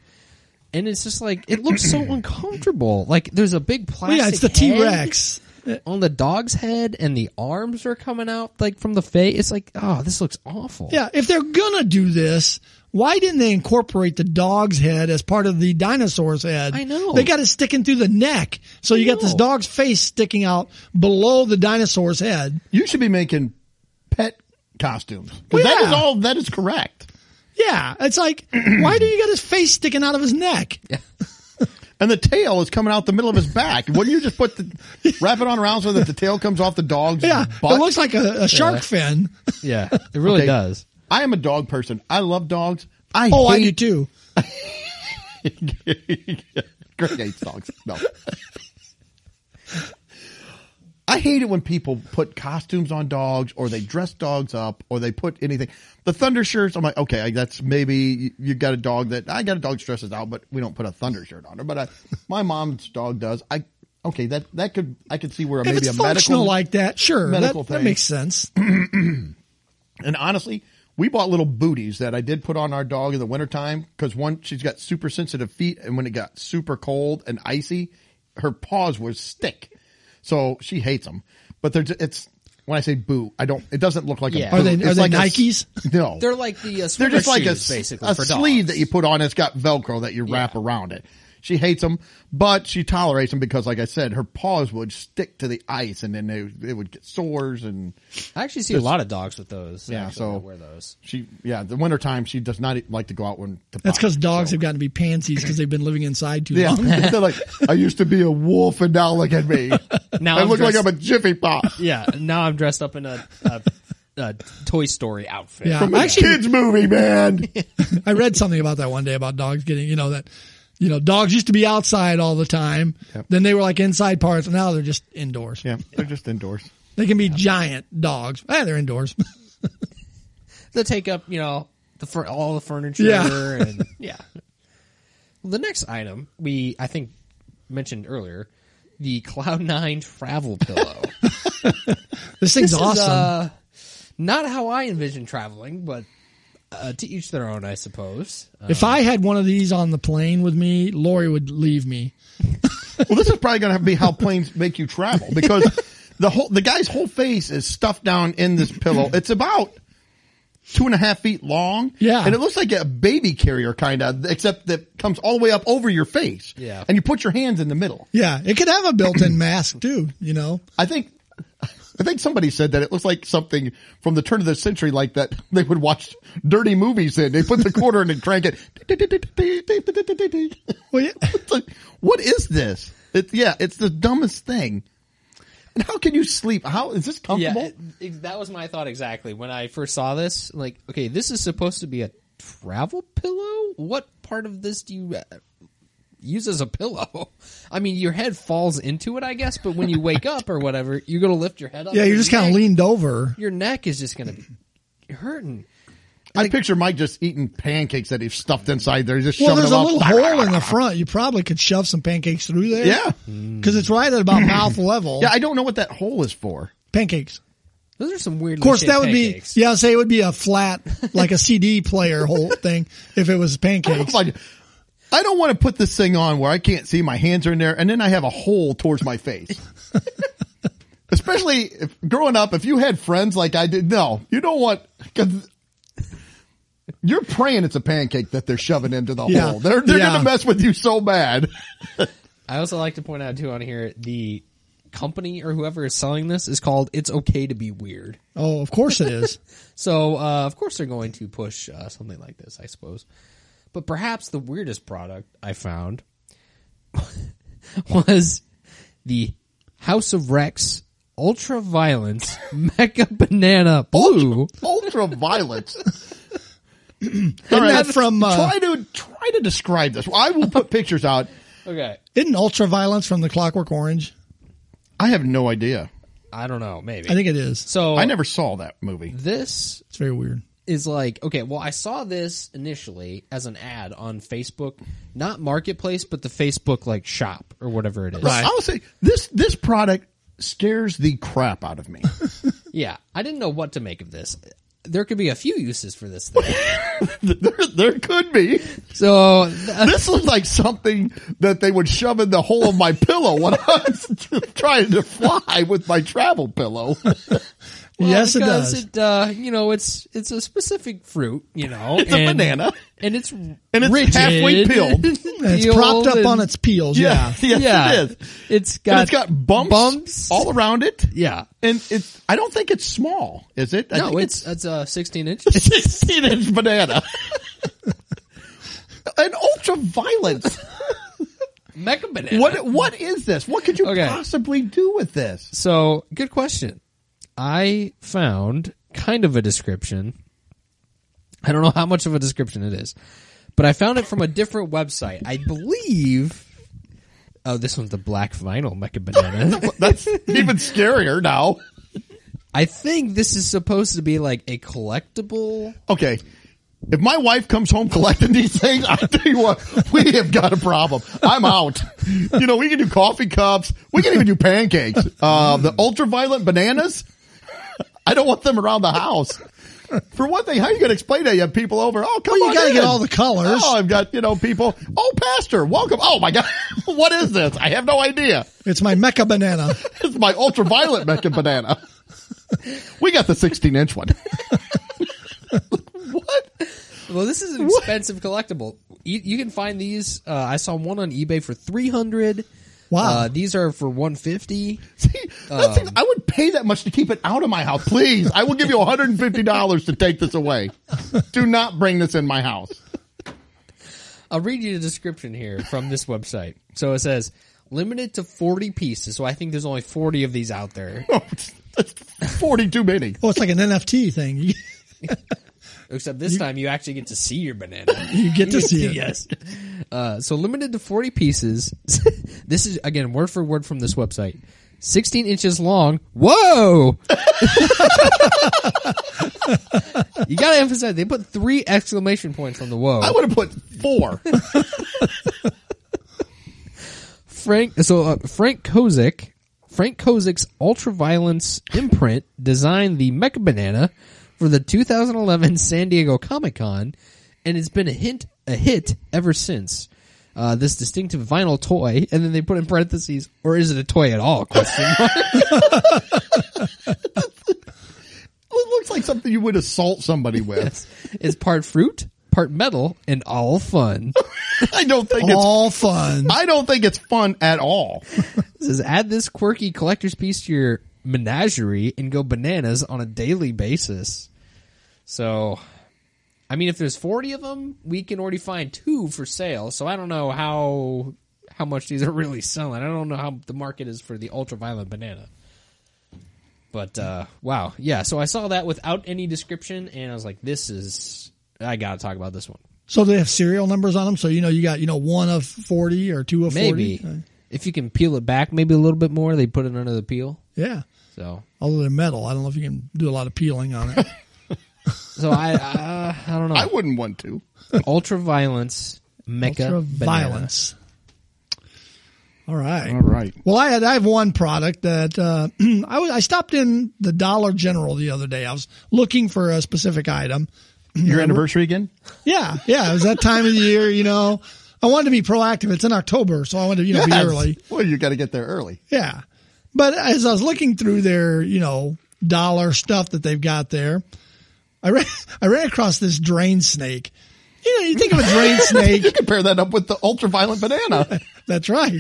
Speaker 3: And it's just like it looks so uncomfortable. Like there's a big
Speaker 2: Well,
Speaker 3: plastic
Speaker 2: Oh, yeah, it's the
Speaker 3: head
Speaker 2: T Rex.
Speaker 3: Uh, on the dog's head and the arms are coming out like from the face. It's like, oh, this looks awful.
Speaker 2: Yeah, if they're gonna do this, why didn't they incorporate the dog's head as part of the dinosaur's head?
Speaker 3: I know.
Speaker 2: They got it sticking through the neck. So you got this
Speaker 3: know.
Speaker 2: dog's face sticking out below the dinosaur's head.
Speaker 1: You should be making pet costumes 'Cause
Speaker 2: Well,
Speaker 1: that
Speaker 2: yeah.
Speaker 1: is all. That is correct.
Speaker 2: Yeah. It's like, why do you got his face sticking out of his neck?
Speaker 1: And the tail is coming out the middle of his back. Wouldn't you just put the wrap it on around so that the tail comes off the dog's
Speaker 2: Yeah.
Speaker 1: butt?
Speaker 2: It looks like a, a shark fin.
Speaker 3: Yeah, it really
Speaker 1: Okay.
Speaker 3: does.
Speaker 1: I am a dog person. I love dogs. I
Speaker 2: Oh, I
Speaker 1: hate
Speaker 2: do too.
Speaker 1: Greg hates dogs. No. I hate it when people put costumes on dogs or they dress dogs up or they put anything. The thunder shirts, I'm like, okay, I- that's maybe you- you got a dog that I got a dog that stresses out, but we don't put a thunder shirt on her. But I, my mom's dog does. I okay, that that could I could see where
Speaker 2: If
Speaker 1: maybe
Speaker 2: it's
Speaker 1: a medical
Speaker 2: functional like that, sure.
Speaker 1: medical
Speaker 2: that, that
Speaker 1: thing.
Speaker 2: makes sense.
Speaker 1: And honestly, we bought little booties that I did put on our dog in the wintertime because one, she's got super sensitive feet. And when it got super cold and icy, her paws would stick. So she hates them. But they're, ju- it's, when I say boo, I don't, it doesn't look like
Speaker 3: Yeah.
Speaker 1: a boot.
Speaker 3: Are
Speaker 2: they-
Speaker 1: It's
Speaker 2: are they
Speaker 1: like a s-
Speaker 2: Nikes?
Speaker 1: no.
Speaker 3: They're like the uh,
Speaker 1: They're
Speaker 3: swimmer
Speaker 1: just like a,
Speaker 3: shoes, basically
Speaker 1: a
Speaker 3: for
Speaker 1: sleeve
Speaker 3: dogs.
Speaker 1: that you put on. It's got Velcro that you wrap
Speaker 3: Yeah.
Speaker 1: around it. She hates them, but she tolerates them because, like I said, her paws would stick to the ice and then they, it would get sores and
Speaker 3: I actually see a lot of dogs with those.
Speaker 1: Yeah,
Speaker 3: actually,
Speaker 1: so-
Speaker 3: that wear those.
Speaker 1: She, yeah, the wintertime, she does not like to go out when to
Speaker 2: That's
Speaker 1: potty,
Speaker 2: because dogs
Speaker 1: so-
Speaker 2: have gotten to be pansies because they've been living inside too
Speaker 1: Yeah,
Speaker 2: long.
Speaker 1: they're like, I used to be a wolf, and now look at me.
Speaker 3: Now
Speaker 1: I
Speaker 3: I'm
Speaker 1: look like
Speaker 3: dressed-
Speaker 1: I'm a jiffy pop
Speaker 3: Yeah, now I'm dressed up in a, a, a Toy Story outfit.
Speaker 2: Yeah.
Speaker 1: from a
Speaker 2: Actually-
Speaker 1: kids movie, man.
Speaker 2: I read something about that one day about dogs getting, you know, that, you know, dogs used to be outside all the time.
Speaker 1: Yep.
Speaker 2: Then they were like inside parts. and Now they're just indoors.
Speaker 1: yeah, they're just indoors.
Speaker 2: They can be giant dogs. Eh, they're indoors.
Speaker 3: they take up you know the fur- all the furniture
Speaker 2: Yeah.
Speaker 3: and yeah. Well, the next item we I think mentioned earlier, the Cloud Nine travel pillow.
Speaker 2: this thing's
Speaker 3: This is,
Speaker 2: awesome.
Speaker 3: uh, not how I envision traveling, but uh, to each their own, I suppose. Uh,
Speaker 2: if I had one of these on the plane with me, Lori would leave me.
Speaker 1: Well, this is probably going to be how planes make you travel because the whole the guy's whole face is stuffed down in this pillow. It's about two and a half feet long.
Speaker 2: Yeah.
Speaker 1: and it looks like a baby carrier kind of, except that comes all the way up over your face.
Speaker 3: Yeah.
Speaker 1: and you put your hands in the middle.
Speaker 2: Yeah. It could have a built-in mask too, you know.
Speaker 1: I think I think somebody said that it looks like something from the turn of the century, like that they would watch dirty movies in. They put the quarter in and crank it.
Speaker 2: Well, yeah.
Speaker 1: It's like, what is this? It's yeah, it's the dumbest thing. And how can you sleep? How is this
Speaker 3: yeah,
Speaker 1: comfortable?
Speaker 3: it- it- that was my thought exactly when I first saw this. Like, okay, this is supposed to be a travel pillow. What part of this do you uh, use as a pillow. I mean, your head falls into it, I guess, but when you wake up or whatever, you're going to lift your head up.
Speaker 2: Yeah,
Speaker 3: and
Speaker 2: you're just
Speaker 3: your
Speaker 2: kind of
Speaker 3: neck-
Speaker 2: leaned over.
Speaker 3: Your neck is just going to be hurting.
Speaker 1: I picture Mike just eating pancakes that he's stuffed inside there. He's just
Speaker 2: Well,
Speaker 1: shoving
Speaker 2: there's
Speaker 1: them
Speaker 2: a
Speaker 1: up.
Speaker 2: little hole in the front. You probably could shove some pancakes through there.
Speaker 1: Yeah.
Speaker 2: because it's right at about mouth level.
Speaker 1: Yeah, I don't know what that hole is for.
Speaker 2: pancakes.
Speaker 3: Those are some weird.
Speaker 2: Of course, that would be yeah. I'd say it would be a flat, like a CD player whole thing if it was pancakes.
Speaker 1: It's like, I don't want to put this thing on where I can't see my hands are in there, and then I have a hole towards my face. Especially if, growing up, if you had friends like I did, no, you don't want because you're praying it's a pancake that they're shoving into the
Speaker 2: Yeah.
Speaker 1: hole. They're they're
Speaker 2: Yeah.
Speaker 1: gonna mess with you so bad.
Speaker 3: I also like to point out too on here the company or whoever is selling this is called "It's Okay to Be Weird."
Speaker 2: Oh, of course it is.
Speaker 3: So uh, of course they're going to push uh, something like this, I suppose. But perhaps the weirdest product I found was the House of Rex Ultra Violence Mecha Banana Blue.
Speaker 1: Ultra violence.
Speaker 2: Isn't that from uh,
Speaker 1: try to try to describe this. I will put pictures out.
Speaker 3: Okay,
Speaker 2: isn't Ultraviolence from the Clockwork Orange?
Speaker 1: I have no idea.
Speaker 3: I don't know, maybe.
Speaker 2: I think it is.
Speaker 3: so.
Speaker 1: I never saw that movie.
Speaker 3: this
Speaker 2: It's very weird.
Speaker 3: is like okay well i saw this initially as an ad on facebook not marketplace but the facebook like shop or whatever it is
Speaker 2: Right.
Speaker 1: I'll say this this product scares the crap out of me.
Speaker 3: yeah i didn't know what to make of this there could be a few uses for this thing
Speaker 1: there, there could be.
Speaker 3: so uh, th-
Speaker 1: This looks like something that they would shove in the hole of my pillow when I was trying to fly with my travel pillow.
Speaker 3: well,
Speaker 2: yes, it
Speaker 3: because
Speaker 2: does.
Speaker 3: it, uh, you know it's it's a specific fruit you know
Speaker 1: It's a
Speaker 3: and-
Speaker 1: banana.
Speaker 3: and it's
Speaker 1: And it's
Speaker 3: rigid.
Speaker 1: halfway peeled.
Speaker 3: It's
Speaker 2: it's propped up
Speaker 3: peeled
Speaker 2: on
Speaker 3: and-
Speaker 2: its peels. Yeah.
Speaker 1: Yeah, yes,
Speaker 3: yeah
Speaker 1: it is.
Speaker 3: it's got
Speaker 1: And it's got bumps,
Speaker 3: bumps
Speaker 1: all around it.
Speaker 3: yeah
Speaker 1: And it's I don't think it's small, is it? I
Speaker 3: no
Speaker 1: think
Speaker 3: it's it's uh 16 inches
Speaker 1: a sixteen inch banana. An ultra violence.
Speaker 3: mecha banana
Speaker 1: What what is this? What could you
Speaker 3: Okay.
Speaker 1: possibly do with this?
Speaker 3: So, good question. I found kind of a description. I don't know how much of a description it is, but I found it from a different website. I believe. Oh, this one's the black vinyl mecha banana.
Speaker 1: That's even scarier now.
Speaker 3: I think this is supposed to be like a collectible.
Speaker 1: Okay. If my wife comes home collecting these things, I tell you what, we have got a problem. I'm out. You know, we can do coffee cups. We can even do pancakes. Uh, the ultraviolet bananas. I don't want them around the house. For one thing, how are you going to explain that? You have people over. Oh, come
Speaker 2: Well, you
Speaker 1: on.
Speaker 2: gotta
Speaker 1: in.
Speaker 2: get all the colors.
Speaker 1: Oh, I've got, you know, people. Oh, pastor, welcome. Oh my God. what is this? I have no idea.
Speaker 2: It's my mecha banana.
Speaker 1: This is my ultraviolet Mexican banana. We got the 16 inch one.
Speaker 3: Well, this is an expensive collectible. You, you can find these. Uh, I saw one on eBay for three hundred.
Speaker 2: Wow.
Speaker 3: Uh, these are for one fifty.
Speaker 1: See, that's thing- I would pay that much to keep it out of my house. Please, I will give you $150 to take this away. Do not bring this in my house.
Speaker 3: I'll read you the description here from this website. So it says limited to 40 pieces. So I think there's only 40 of these out there.
Speaker 1: That's 40 too many.
Speaker 2: Oh, it's like an NFT thing. You,
Speaker 3: Except this time you actually get to see your banana.
Speaker 2: you get to see it.
Speaker 3: yes. Uh, so limited to 40 pieces. this is again word for word from this website. 16 inches long. Whoa! you gotta emphasize they put three exclamation points on the whoa.
Speaker 1: I would have put four.
Speaker 3: Frank. So uh, Frank Kozik, Frank Kozik's Ultraviolence imprint designed the Mecha Banana for the 2011 San Diego Comic Con, and it's been a hint a hit ever since. Uh, this distinctive vinyl toy, and then they put in parentheses, or is it a toy at all? Question mark.
Speaker 1: It looks like something you would assault somebody with.
Speaker 3: it's part fruit, part metal, and all fun.
Speaker 1: I don't think it's.
Speaker 2: All fun.
Speaker 1: I don't think it's fun at all.
Speaker 3: It says add this quirky collector's piece to your menagerie and go bananas on a daily basis. So, I mean, if there's 40 of them, we can already find two for sale. So I don't know how how much these are really selling. I don't know how the market is for the ultraviolet banana. But uh, wow, yeah. So I saw that without any description, and I was like, "This is I got to talk about this one."
Speaker 2: So they have serial numbers on them, so you know you got you know one of forty or two of
Speaker 3: Maybe.
Speaker 2: forty. Uh,
Speaker 3: If you can peel it back maybe a little bit more, they put it under the peel.
Speaker 2: Yeah,
Speaker 3: So
Speaker 2: although they're metal, I don't know if you can do a lot of peeling on it.
Speaker 3: so I uh, I don't know.
Speaker 1: I wouldn't want to.
Speaker 3: Ultra violence mecha
Speaker 2: Ultra
Speaker 3: banana.
Speaker 2: violence. All right.
Speaker 1: All right.
Speaker 2: Well, I had I have one product that uh, I was, I stopped in the Dollar General the other day. I was looking for a specific item.
Speaker 1: Your anniversary again?
Speaker 2: Yeah, yeah, it was that time of the year. You know, I wanted to be proactive. It's in October, so I wanted to you know
Speaker 1: Yes.
Speaker 2: be early.
Speaker 1: Well, you got to get there early.
Speaker 2: Yeah. But as I was looking through their, you know, dollar stuff that they've got there, I ran, I ran across this drain snake. You know, you think of a drain
Speaker 1: You
Speaker 2: snake.
Speaker 1: can pair that up with the ultraviolet banana.
Speaker 2: That's right.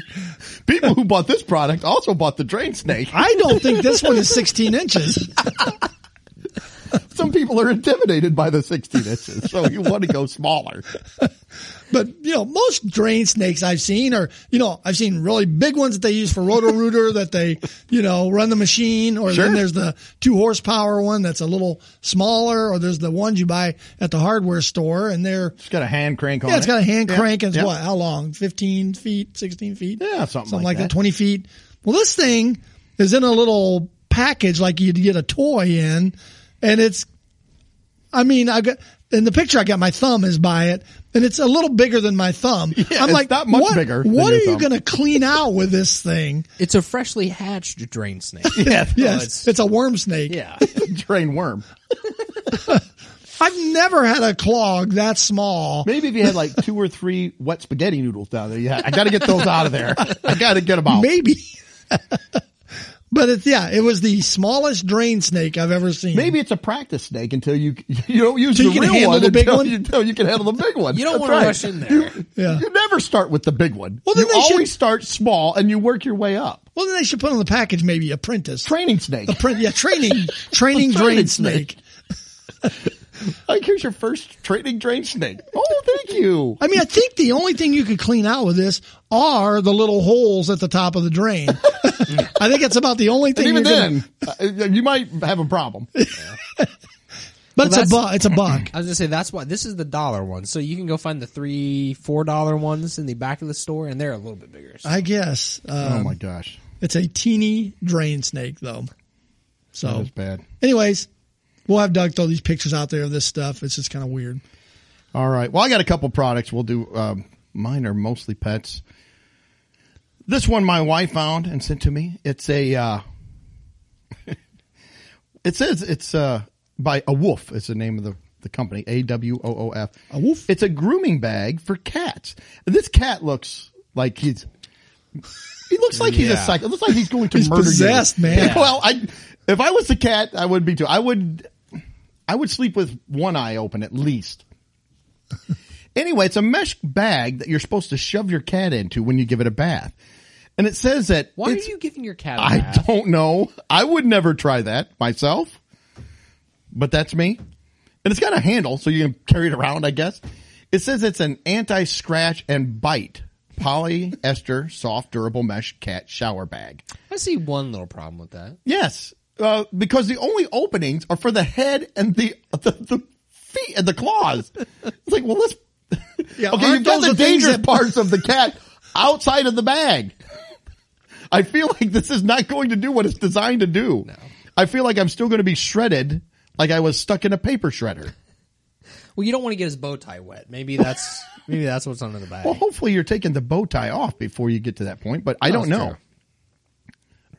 Speaker 1: People who bought this product also bought the drain snake.
Speaker 2: I don't think this one is 16 inches.
Speaker 1: Some people are intimidated by the 16 inches, so you want to go smaller.
Speaker 2: But, you know, most drain snakes I've seen are, you know, I've seen really big ones that they use for roto-rooter that they, you know, run the machine. Or
Speaker 1: Sure.
Speaker 2: then there's the two horsepower one that's a little smaller. Or there's the ones you buy at the hardware store and they're,
Speaker 1: It's got a hand crank on
Speaker 2: Yeah, it's got a hand
Speaker 1: Yeah,
Speaker 2: crank. And it's
Speaker 1: yeah.
Speaker 2: what? How long? Fifteen feet, sixteen feet?
Speaker 1: Yeah, something like that.
Speaker 2: Twenty feet. Well, this thing is in a little package like you'd get a toy in, and it's. I mean, I got in the picture. I got my thumb is by it, and it's a little bigger than my thumb.
Speaker 1: Yeah,
Speaker 2: I'm
Speaker 1: it's
Speaker 2: like,
Speaker 1: not much
Speaker 2: what,
Speaker 1: bigger than
Speaker 2: What
Speaker 1: your
Speaker 2: are you
Speaker 1: thumb.
Speaker 2: going to clean out with this thing?
Speaker 3: It's a freshly hatched drain snake.
Speaker 1: Yeah,
Speaker 2: Yes, it's,
Speaker 3: it's-
Speaker 2: a worm snake.
Speaker 3: yeah.
Speaker 1: drain worm.
Speaker 2: I've never had a clog that small.
Speaker 1: Maybe if you had like two or three wet spaghetti noodles down there, yeah, I got to get those out of there. I got to get them out.
Speaker 2: Maybe. But it's yeah, it was the smallest drain snake I've ever seen.
Speaker 1: Maybe it's a practice snake until you you don't use
Speaker 2: Till
Speaker 1: the
Speaker 2: you can
Speaker 1: real
Speaker 2: handle
Speaker 1: one
Speaker 2: the big
Speaker 1: until
Speaker 2: one?
Speaker 1: You, until you can handle the big one.
Speaker 3: You don't
Speaker 1: That's
Speaker 3: want
Speaker 1: right.
Speaker 3: to rush in there.
Speaker 2: Yeah.
Speaker 1: You never start with the big one.
Speaker 2: Well, then
Speaker 1: you
Speaker 2: they should-
Speaker 1: always start small and you work your way up.
Speaker 2: Well, then they should put on the package maybe apprentice.
Speaker 1: Training snake.
Speaker 2: Appren- yeah, training, training drain
Speaker 1: Training
Speaker 2: snake.
Speaker 1: Like here's your first training drain snake. Oh, thank you.
Speaker 2: I mean, I think the only thing you could clean out with this are the little holes at the top of the drain. I think it's about the only thing.
Speaker 1: And even
Speaker 2: you're gonna-
Speaker 1: then, uh, you might have a problem.
Speaker 2: but it's a
Speaker 3: Well,
Speaker 2: bug. It's a bug.
Speaker 3: I was gonna say that's why this is the dollar one. So you can go find the three four dollar ones in the back of the store, and they're a little bit bigger.
Speaker 2: I guess uh,
Speaker 1: oh my gosh,
Speaker 2: it's a teeny drain snake though.
Speaker 1: that
Speaker 2: So,
Speaker 1: was bad.
Speaker 2: anyways, we'll have Doug throw these pictures out there of this stuff. It's just kind of weird.
Speaker 1: All right. Well, I got a couple products. We'll do. Um, mine are mostly pets. This one my wife found and sent to me. It's a. Uh, it says it's uh, by a wolf. Is the name of the the company A W O O F.
Speaker 2: A Wolf?
Speaker 1: It's a grooming bag for cats. And this cat looks like he's. He looks like he's a
Speaker 3: Yeah.
Speaker 1: psycho. It looks like he's going to
Speaker 2: He's
Speaker 1: murder
Speaker 2: possessed,
Speaker 1: you.
Speaker 2: man.
Speaker 1: well, I if I was the cat, I would be too. I would, I would sleep with one eye open at least. Anyway, it's a mesh bag that you're supposed to shove your cat into when you give it a bath. And it says that
Speaker 3: Why are
Speaker 1: it's-
Speaker 3: you giving your cat? a
Speaker 1: I
Speaker 3: bath?
Speaker 1: don't know. I would never try that myself. But that's me. And it's got a handle so you can carry it around, I guess. It says it's an anti-scratch and bite polyester soft durable mesh cat shower bag.
Speaker 3: I see one little problem with that.
Speaker 1: Yes, uh, because the only openings are for the head and the the, the feet and the claws. It's like, well, let's.
Speaker 2: Yeah,
Speaker 1: okay,
Speaker 2: aren't
Speaker 1: you've got
Speaker 2: those
Speaker 1: the
Speaker 2: the things
Speaker 1: dangerous
Speaker 2: that-
Speaker 1: parts of the cat outside of the bag. I feel like this is not going to do what it's designed to do. I feel like I'm still going to be shredded, like I was stuck in a paper shredder.
Speaker 3: Well, you don't want to get his bow tie wet. Maybe that's maybe that's what's under the bag.
Speaker 1: Well, hopefully you're taking the bow tie off before you get to that point, but I
Speaker 3: No,
Speaker 1: don't
Speaker 3: it's
Speaker 1: know.
Speaker 3: true.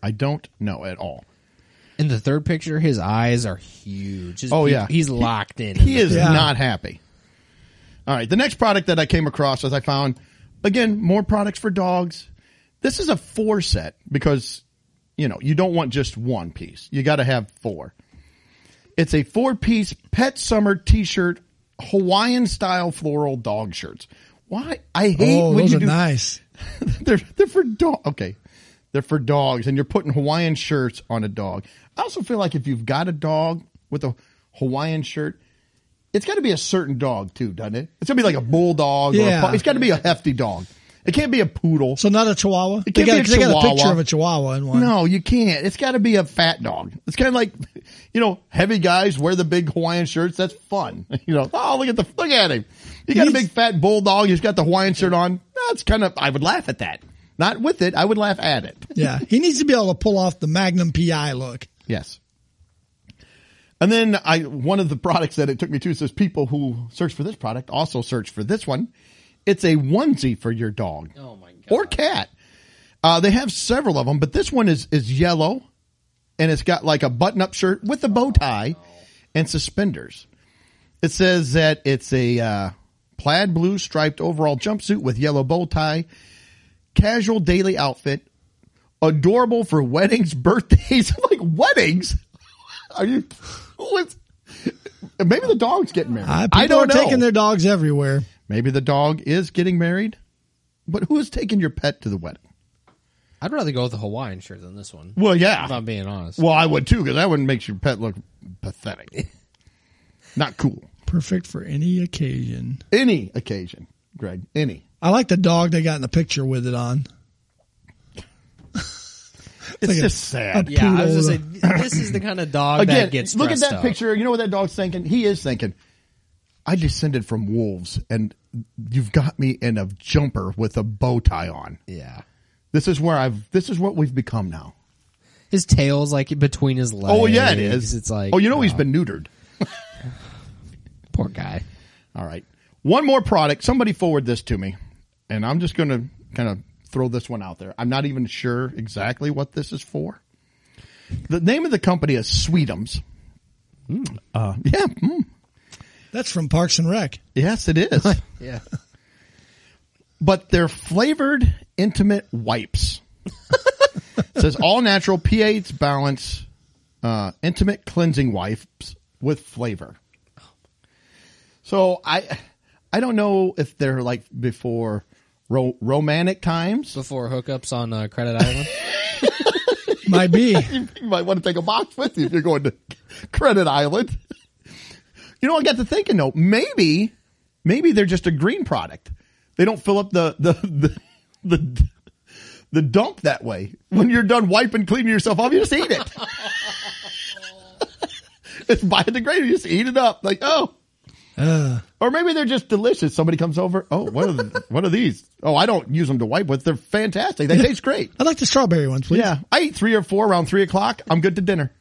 Speaker 1: I don't know at all.
Speaker 3: In the third picture, his eyes are huge. His-
Speaker 1: Oh,
Speaker 3: he-
Speaker 1: yeah.
Speaker 3: he's locked in.
Speaker 1: He is
Speaker 2: Yeah.
Speaker 1: not happy. All right. The next product that I came across as I found, again, more products for dogs. This is a four set because, you know, you don't want just one piece. You got to have four. It's a four piece pet summer t shirt, Hawaiian style floral dog shirts. Why? I hate
Speaker 2: Oh,
Speaker 1: when
Speaker 2: those
Speaker 1: you
Speaker 2: are
Speaker 1: do
Speaker 2: nice.
Speaker 1: they're they're for dog. Okay, they're for dogs, and you're putting Hawaiian shirts on a dog. I also feel like if you've got a dog with a Hawaiian shirt, it's got to be a certain dog too, doesn't it? It's got to be like a bulldog. Or a
Speaker 2: Yeah.
Speaker 1: pu- it's got to be a hefty dog. It can't be a poodle.
Speaker 2: So not a chihuahua.
Speaker 1: It
Speaker 2: They
Speaker 1: can't
Speaker 2: got,
Speaker 1: be a
Speaker 2: they got a picture
Speaker 1: Chihuahua.
Speaker 2: of a chihuahua in one.
Speaker 1: No, you can't. It's got to be a fat dog. It's kind of like you know, heavy guys wear the big Hawaiian shirts. That's fun. You know, oh, look at the, look at him. He got a big fat bulldog. He's got the Hawaiian shirt on. That's kind of, I would laugh at that. Not with it. I would laugh at it.
Speaker 2: Yeah, he needs to be able to pull off the Magnum PI look.
Speaker 1: Yes. And then I, one of the products that it took me to says people who search for this product also search for this one. It's a onesie for your dog
Speaker 3: Oh my god.
Speaker 1: or cat. Uh, they have several of them, but this one is, is yellow and it's got like a button up shirt with a bow tie and suspenders. It says that it's a, uh, plaid blue striped overall jumpsuit with yellow bow tie, casual daily outfit, adorable for weddings, birthdays. I'm like, weddings? Are you, what's, maybe the dog's getting married.
Speaker 2: Uh,
Speaker 1: I
Speaker 2: people
Speaker 1: don't
Speaker 2: are
Speaker 1: know.
Speaker 2: taking their dogs everywhere.
Speaker 1: maybe the dog is getting married, but who is taking your pet to the wedding?
Speaker 3: I'd rather go with the Hawaiian shirt than this one.
Speaker 1: Well, yeah.
Speaker 3: If I'm being honest.
Speaker 1: Well, I would too, because that wouldn't make your pet look pathetic. Not cool.
Speaker 2: Perfect for any occasion.
Speaker 1: Any occasion, Greg. Any.
Speaker 2: I like the dog they got in the picture with it on.
Speaker 1: It's
Speaker 2: like a-
Speaker 1: just sad.
Speaker 2: a-
Speaker 3: yeah, I was gonna say this is the kind of dog
Speaker 1: Again,
Speaker 3: that gets
Speaker 1: look at
Speaker 3: dressed
Speaker 1: that
Speaker 3: up.
Speaker 1: picture. You know what that dog's thinking? He is thinking, I descended from wolves, and you've got me in a jumper with a bow tie on.
Speaker 3: Yeah.
Speaker 1: This is where I've. This is what we've become now.
Speaker 3: His tail's like between his legs.
Speaker 1: Oh yeah, it is.
Speaker 3: It's like uh,
Speaker 1: oh, you know he's
Speaker 3: wow,
Speaker 1: been neutered.
Speaker 3: poor guy.
Speaker 1: All right. One more product. Somebody forward this to me, and I'm just going to kind of throw this one out there. I'm not even sure exactly what this is for. The name of the company is Sweetums. Uh, yeah. mm.
Speaker 2: That's from Parks and Rec.
Speaker 1: Yes, it is.
Speaker 3: Yeah.
Speaker 1: but they're flavored intimate wipes. it says all natural pH balance, uh, intimate cleansing wipes with flavor. So I, I don't know if they're like before ro- romantic times.
Speaker 3: Before hookups on uh, Credit Island.
Speaker 2: Might be.
Speaker 1: You might want to take a box with you if you're going to Credit Island. You know, I got to thinking though, maybe, maybe they're just a green product. They don't fill up the, the, the, the, the dump that way. When you're done wiping, cleaning yourself off, you just eat it. it's biodegradable. You just eat it up. Like, oh.
Speaker 2: Uh,
Speaker 1: or maybe they're just delicious. Somebody comes over. Oh, what are, the, what are these? Oh, I don't use them to wipe with. They're fantastic. They taste great.
Speaker 2: I'd like the strawberry one, please.
Speaker 1: Yeah, I eat three or four around three o'clock. I'm good to dinner.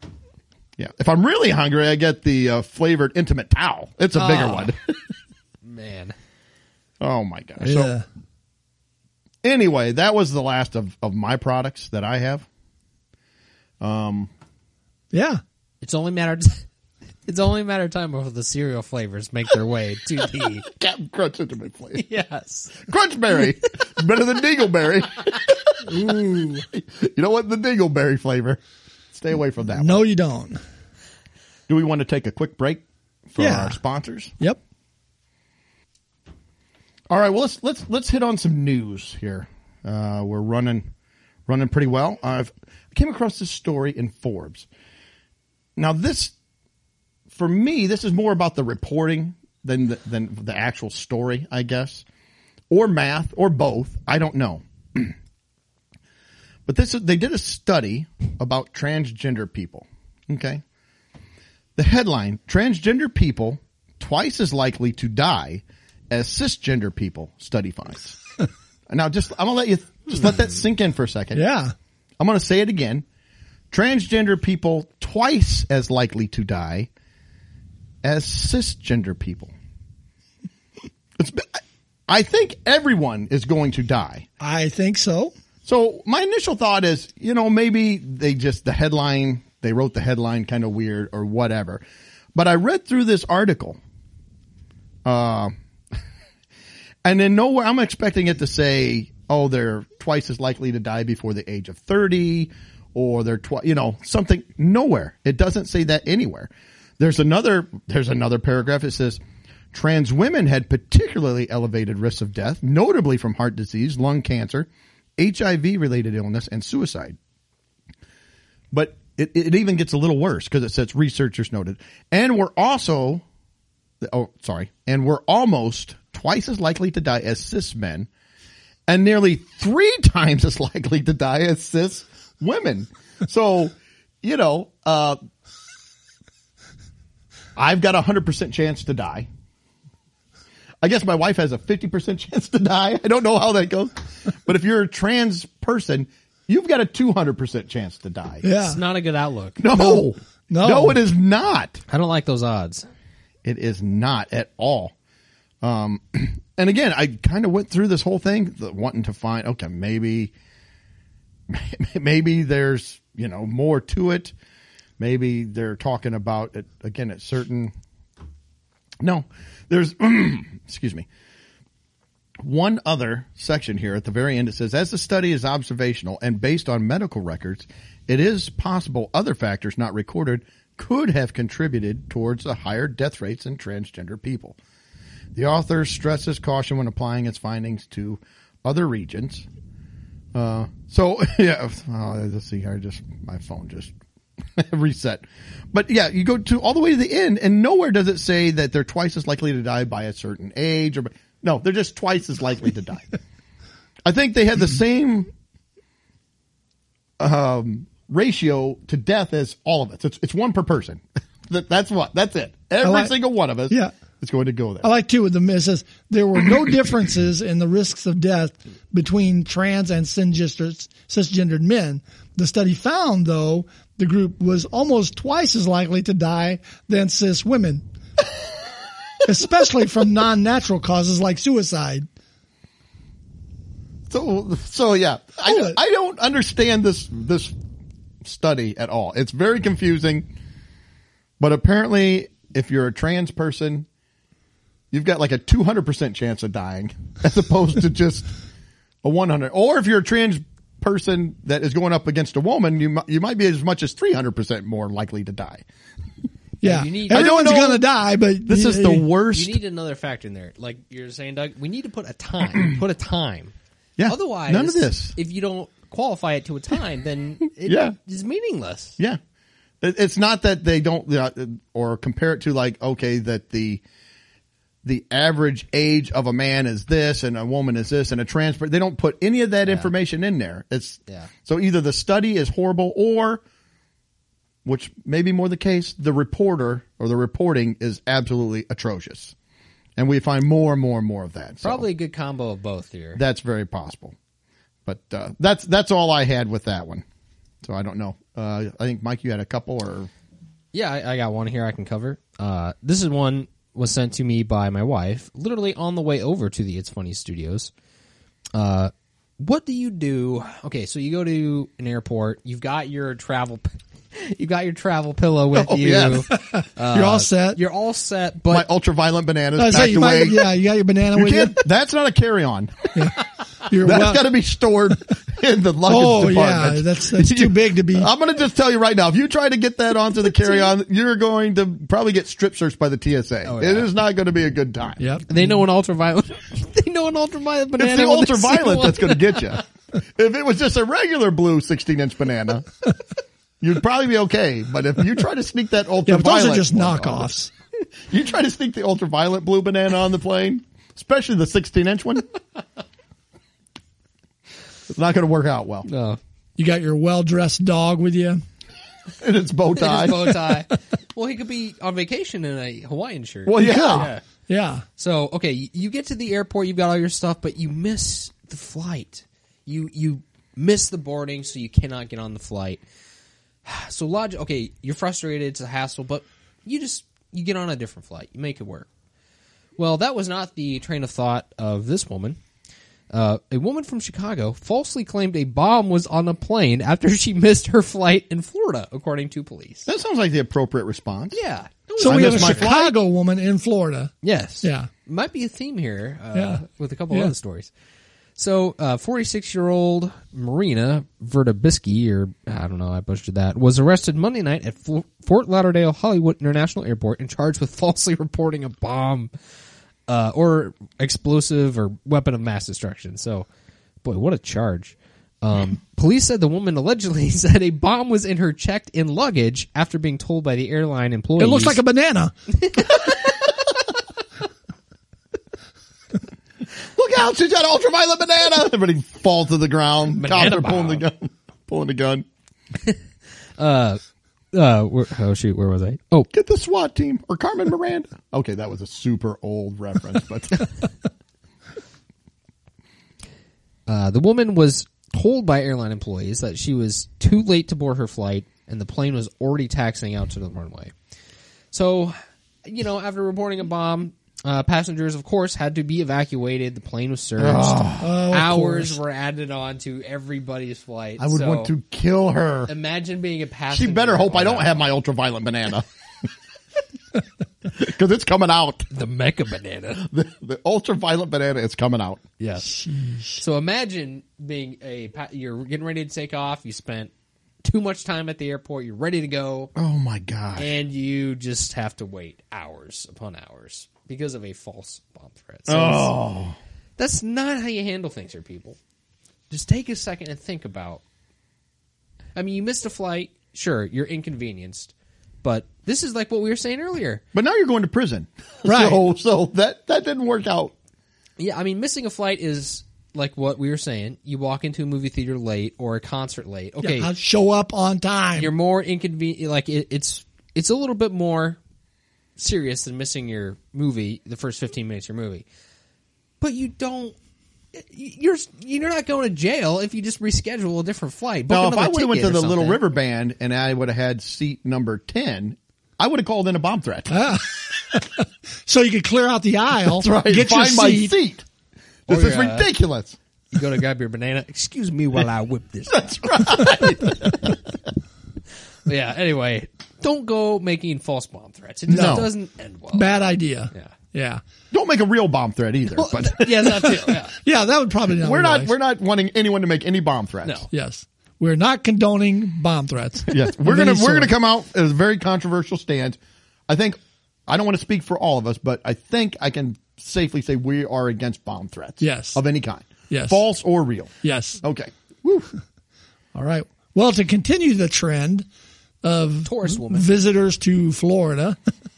Speaker 1: Yeah, if I'm really hungry, I get the uh, flavored intimate towel. It's a bigger
Speaker 3: Ah.
Speaker 1: one.
Speaker 3: Man.
Speaker 1: oh my gosh!
Speaker 2: Yeah.
Speaker 1: So anyway, that was the last of of my products that I have.
Speaker 2: yeah.
Speaker 3: It's only matter it's only a matter of time before the cereal flavors make their way to the
Speaker 1: Captain Crunch intimate flavor.
Speaker 3: Yes.
Speaker 1: Crunchberry, It's better than Dingleberry. Ooh, you know what? The Dingleberry flavor. Stay away from that. one.
Speaker 2: No, you don't.
Speaker 1: Do we want to take a quick break for
Speaker 2: Yeah.
Speaker 1: our sponsors?
Speaker 2: Yep.
Speaker 1: All right, well let's let's let's hit on some news here. Uh, we're running running pretty well. I've I came across this story in Forbes. Now this for me this is more about the reporting than the, than the actual story, I guess, or math or both. I don't know. but this is- they did a study about transgender people. Okay. The headline Transgender people twice as likely to die as cisgender people, study finds. now, just, I'm going to let you, just let that sink in for a second.
Speaker 2: Yeah.
Speaker 1: I'm going to say it again. Transgender people twice as likely to die as cisgender people. It's, I think everyone is going to die.
Speaker 2: I think so.
Speaker 1: So my initial thought is, you know, maybe they just the headline, they wrote the headline kind of weird or whatever. But I read through this article. Uh, and then nowhere I'm expecting it to say, oh, they're twice as likely to die before the age of 30 or they're twice, you know, something nowhere. It doesn't say that anywhere. There's another, there's another paragraph. It says trans women had particularly elevated risks of death, notably from heart disease, lung cancer, HIV related illness and suicide. But it, it even gets a little worse because it says researchers noted and we're also oh sorry and we're almost twice as likely to die as cis men and nearly three times as likely to die as cis women so you know uh I've got a hundred percent chance to die. I guess my wife has a fifty percent chance to die. I don't know how that goes, but if you're a trans person, you've got a two hundred percent chance to die.
Speaker 2: Yeah.
Speaker 3: It's not a good outlook.
Speaker 1: No, no,
Speaker 2: No.
Speaker 1: it is not.
Speaker 3: I don't like those odds.
Speaker 1: It is not at all. Um, and again, I kind of went through this whole thing the, wanting to find, okay, maybe, maybe there's, you know, more to it. Maybe they're talking about it again at certain. No, there's, excuse me one other section here at the very end. It says, as the study is observational and based on medical records, it is possible other factors not recorded could have contributed towards the higher death rates in transgender people. The author stresses caution when applying its findings to other regions. Uh, so yeah, oh, let's see here. I Just my phone just reset, but yeah, you go to all the way to the end, and nowhere does it say that they're twice as likely to die by a certain age or. by- No, they're just twice as likely to die. I think they had the same um, ratio to death as all of us. It's it's one per person. That, that's what. That's it. Every
Speaker 2: like-
Speaker 1: single one of us.
Speaker 2: Yeah.
Speaker 1: is going to go there.
Speaker 2: I like too with the it says there were no differences in the risks of death between trans and cisgendered, cisgendered men. The study found though the group was almost twice as likely to die than cis women, especially from non-natural causes like suicide.
Speaker 1: So, so yeah, I,
Speaker 2: Oh, it-
Speaker 1: I don't understand this this study at all. It's very confusing. But apparently, if you're a trans person, you've got like a 200% chance of dying as opposed to just a 100. Or if you're a trans person that is going up against a woman, you mi- you might be as much as 300% more likely to die.
Speaker 2: Yeah,
Speaker 3: you need- I don't
Speaker 2: everyone's
Speaker 1: know.
Speaker 2: gonna die, but
Speaker 1: This is the worst.
Speaker 3: You need another factor in there, like you're saying, Doug. We need to put a time. put a time.
Speaker 1: Yeah.
Speaker 3: Otherwise,
Speaker 1: None of this.
Speaker 3: If you don't qualify it to a time, then it
Speaker 1: Yeah.
Speaker 3: is meaningless.
Speaker 1: Yeah. It- It's not that they don't yeah, or compare it to like okay that the the average age of a man is this and a woman is this and a trans per- they don't put any of that information in there. It's
Speaker 3: Yeah.
Speaker 1: So either the study is horrible or which may be more the case, the reporter or the reporting is absolutely atrocious. And we find more and more and more of that. So
Speaker 3: Probably a good combo of both here.
Speaker 1: that's very possible. But uh, that's that's all I had with that one. So I don't know. Uh, I think Mike, you had a couple or
Speaker 3: Yeah, I, I got one here I can cover. Uh, this is one was sent to me by my wife, literally on the way over to the It's Funny Studios. Uh, what do you do? Okay, so you go to an airport. You've got your travel. You got your travel pillow with
Speaker 1: Oh,
Speaker 3: you. Uh,
Speaker 1: yes.
Speaker 2: You're all set.
Speaker 3: You're all set,
Speaker 1: my
Speaker 3: but
Speaker 1: ultraviolet bananas
Speaker 2: I was
Speaker 1: packed
Speaker 2: saying, you might-
Speaker 1: away.
Speaker 2: yeah, you got your banana
Speaker 1: You
Speaker 2: with you.
Speaker 1: can't- that's not a carry on.
Speaker 2: You're
Speaker 1: That's
Speaker 2: well-
Speaker 1: got to be stored in the luggage
Speaker 2: Oh,
Speaker 1: department.
Speaker 2: yeah, that's- that's too big to be-
Speaker 1: I'm going to just tell you right now. If you try to get that onto the carry on, you're going to probably get strip searched by the TSA.
Speaker 2: Oh,
Speaker 1: It is not going to be a good time.
Speaker 2: Yep.
Speaker 3: they know an ultraviolet. they know an ultraviolet banana.
Speaker 1: It's the
Speaker 3: when they see
Speaker 1: ultraviolet
Speaker 3: one.
Speaker 1: that's going to get you. if it was just a regular blue 16 inch banana, you'd probably be okay. But if you try to sneak that ultraviolet,
Speaker 2: Yeah, but those are just
Speaker 1: one on-
Speaker 2: knockoffs.
Speaker 1: You try to sneak the ultraviolet blue banana on the plane, especially the 16 inch one. It's not going to work out well.
Speaker 3: No.
Speaker 2: You got your well-dressed dog with you.
Speaker 1: And it's bow tie.
Speaker 3: His bow tie. well, he could be on vacation in a Hawaiian shirt.
Speaker 1: Well, yeah.
Speaker 2: Yeah.
Speaker 3: So okay, y- you get to the airport, you've got all your stuff, but you miss the flight. You you miss the boarding, so you cannot get on the flight. So log okay, you're frustrated, it's a hassle, but you just you get on a different flight, you make it work. Well, that was not the train of thought of this woman. Uh, a woman from Chicago falsely claimed a bomb was on a plane after she missed her flight in Florida, according to police.
Speaker 1: That sounds like the appropriate response.
Speaker 3: Yeah.
Speaker 2: So we have a
Speaker 1: missed my
Speaker 2: Chicago woman in Florida.
Speaker 3: Yes.
Speaker 2: Yeah.
Speaker 3: Might be a theme here uh,
Speaker 2: Yeah.
Speaker 3: with a couple
Speaker 2: Yeah.
Speaker 3: other stories. So, uh, 46-year-old Marina Vertobisky, or I don't know, I butchered that, was arrested Monday night at Fo- Fort Lauderdale Hollywood International Airport and charged with falsely reporting a bomb uh, or explosive or weapon of mass destruction. So, boy, what a charge. Um, police said the woman allegedly said a bomb was in her checked-in luggage after being told by the airline employees.
Speaker 2: It looks like a banana.
Speaker 1: Look out, she's got an ultraviolet banana. Everybody falls to the ground.
Speaker 3: Banana
Speaker 1: Cops are pulling the
Speaker 3: bomb.
Speaker 1: gun. Pulling the gun.
Speaker 3: uh, where, oh shoot, where was I? Oh,
Speaker 1: Get the SWAT team or Carmen Miranda. Okay, that was a super old reference, but
Speaker 3: Uh, the woman was told by airline employees that she was too late to board her flight and the plane was already taxiing out to the runway. So, you know, after reporting a bomb, uh, passengers, of course, had to be evacuated. The plane was searched.
Speaker 1: Ah,
Speaker 2: Oh, of
Speaker 3: Hours
Speaker 2: course.
Speaker 3: were added on to everybody's flight.
Speaker 1: I would
Speaker 3: So,
Speaker 1: want to kill her.
Speaker 3: imagine being a passenger.
Speaker 1: She better hope I
Speaker 3: on
Speaker 1: don't
Speaker 3: that.
Speaker 1: have my ultraviolet banana. Because it's coming out.
Speaker 3: the mecha banana.
Speaker 1: The, the ultraviolet banana is coming out.
Speaker 3: Yes. So imagine being a pa- you're getting ready to take off. You spent too much time at the airport. You're ready to go.
Speaker 1: Oh my God.
Speaker 3: and you just have to wait hours upon hours because of a false bomb threat. So it's-
Speaker 1: Oh.
Speaker 3: that's not how you handle things here, people. Just take a second and think about. I mean, you missed a flight. Sure, you're inconvenienced, but this is like what we were saying earlier.
Speaker 1: But now you're going to prison.
Speaker 2: Right.
Speaker 1: So, so that, that didn't work out.
Speaker 3: Yeah, I mean, missing a flight is like what we were saying. You walk into a movie theater late or a concert late. Okay,
Speaker 2: I'll show up on time.
Speaker 3: you're more inconvenient. Like it, it's it's a little bit more serious than missing your movie the first fifteen minutes of your movie. But you don't. You're you're not going to jail if you just reschedule a different flight. Book
Speaker 1: Now, if
Speaker 3: another
Speaker 1: I would have went
Speaker 3: ticket
Speaker 1: to
Speaker 3: or
Speaker 1: the Little
Speaker 3: something.
Speaker 1: River Band and I would have had seat number 10, I would have called in a bomb threat.
Speaker 2: so you could clear out the aisle.
Speaker 1: That's right.
Speaker 2: Get
Speaker 1: Find
Speaker 2: your
Speaker 1: my
Speaker 2: seat. Oh,
Speaker 1: seat. This
Speaker 3: Or,
Speaker 1: is
Speaker 3: uh,
Speaker 1: ridiculous.
Speaker 3: you go to grab your banana. Excuse me while I whip this.
Speaker 1: That's right.
Speaker 3: yeah. Anyway, don't go making false bomb threats. It just
Speaker 1: No.
Speaker 3: doesn't end well.
Speaker 2: Bad idea.
Speaker 3: Yeah.
Speaker 2: Yeah.
Speaker 1: Don't make a real bomb threat either. but
Speaker 3: yeah, that's it. Yeah.
Speaker 2: Yeah, that would probably not
Speaker 1: we're
Speaker 2: be
Speaker 1: not
Speaker 2: nice.
Speaker 1: we're not wanting anyone to make any bomb threats.
Speaker 3: No.
Speaker 2: Yes. We're not condoning bomb threats.
Speaker 1: Yes, we're
Speaker 2: Of
Speaker 1: gonna
Speaker 2: any
Speaker 1: we're gonna
Speaker 2: sort.
Speaker 1: come out as a very controversial stance. I think I don't want to speak for all of us, but I think I can safely say we are against bomb threats.
Speaker 2: Yes.
Speaker 1: of any kind.
Speaker 2: Yes.
Speaker 1: false or real.
Speaker 2: Yes.
Speaker 1: Okay. Woo.
Speaker 2: All right. Well, to continue the trend of
Speaker 3: Tourist woman.
Speaker 2: visitors to Florida,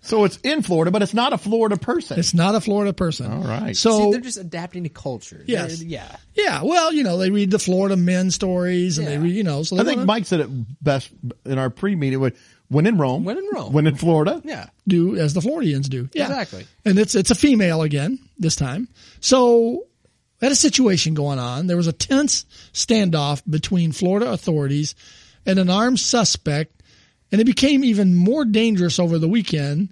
Speaker 1: So it's in Florida, but it's not a Florida person.
Speaker 2: it's not a Florida person. All
Speaker 1: right.
Speaker 3: See,
Speaker 2: So
Speaker 3: they're just adapting to culture.
Speaker 2: Yes.
Speaker 3: They're- yeah.
Speaker 2: yeah, well, you know, they read the Florida men stories and they
Speaker 3: Yeah.
Speaker 2: read, you know, so they
Speaker 1: I think
Speaker 2: wanna
Speaker 1: Mike said it best in our pre-meeting. When when in Rome,
Speaker 3: When in Rome.
Speaker 1: when in Florida,
Speaker 3: Yeah.
Speaker 2: do as the Floridians do. Yeah.
Speaker 3: Exactly.
Speaker 2: And it's it's a female again this time. So had a situation going on. There was a tense standoff between Florida authorities and an armed suspect, and it became even more dangerous over the weekend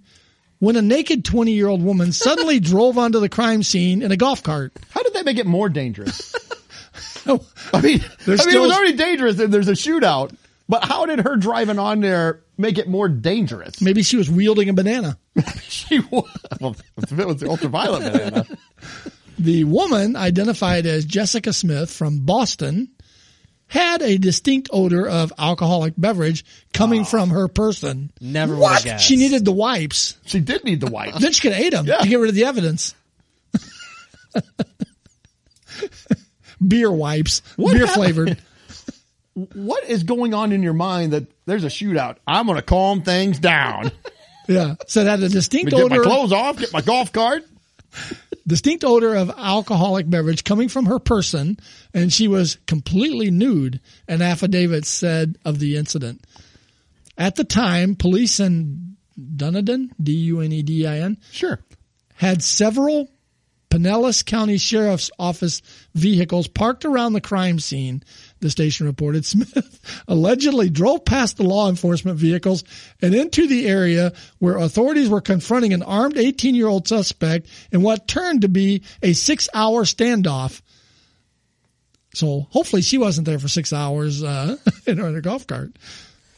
Speaker 2: when a naked 20 year old woman suddenly drove onto the crime scene in a golf cart. Oh,
Speaker 1: How did that make it more dangerous? I mean,
Speaker 2: There's
Speaker 1: I mean, it was
Speaker 2: still-
Speaker 1: already dangerous, and there's a shootout. But how did her driving on there make it more dangerous?
Speaker 2: Maybe she was wielding a banana.
Speaker 1: She was. Well, if it was the ultraviolet banana.
Speaker 2: The woman, identified as Jessica Smith from Boston, had a distinct odor of alcoholic beverage coming from her person.
Speaker 3: Never would have
Speaker 2: What?
Speaker 3: guessed.
Speaker 2: She needed the wipes.
Speaker 1: She did need the white.
Speaker 2: Then she could have ate them
Speaker 1: Yeah.
Speaker 2: to get rid of the evidence. Beer wipes. Beer
Speaker 1: happened?
Speaker 2: flavored.
Speaker 1: What is going on in your mind that there's a shootout? I'm going to calm things down.
Speaker 2: Yeah. So it had a distinct
Speaker 1: Get my
Speaker 2: odor.
Speaker 1: clothes off, get my golf cart.
Speaker 2: distinct odor of alcoholic beverage coming from her person, and she was completely nude, an affidavit said of the incident. At the time, police in Dunedin, D U N E D I N,
Speaker 1: Sure.
Speaker 2: had several Pinellas County Sheriff's Office vehicles parked around the crime scene, the station reported. Smith allegedly drove past the law enforcement vehicles and into the area where authorities were confronting an armed 18 year old suspect in what turned to be a six hour standoff. So hopefully she wasn't there for six hours uh, in her in her golf cart.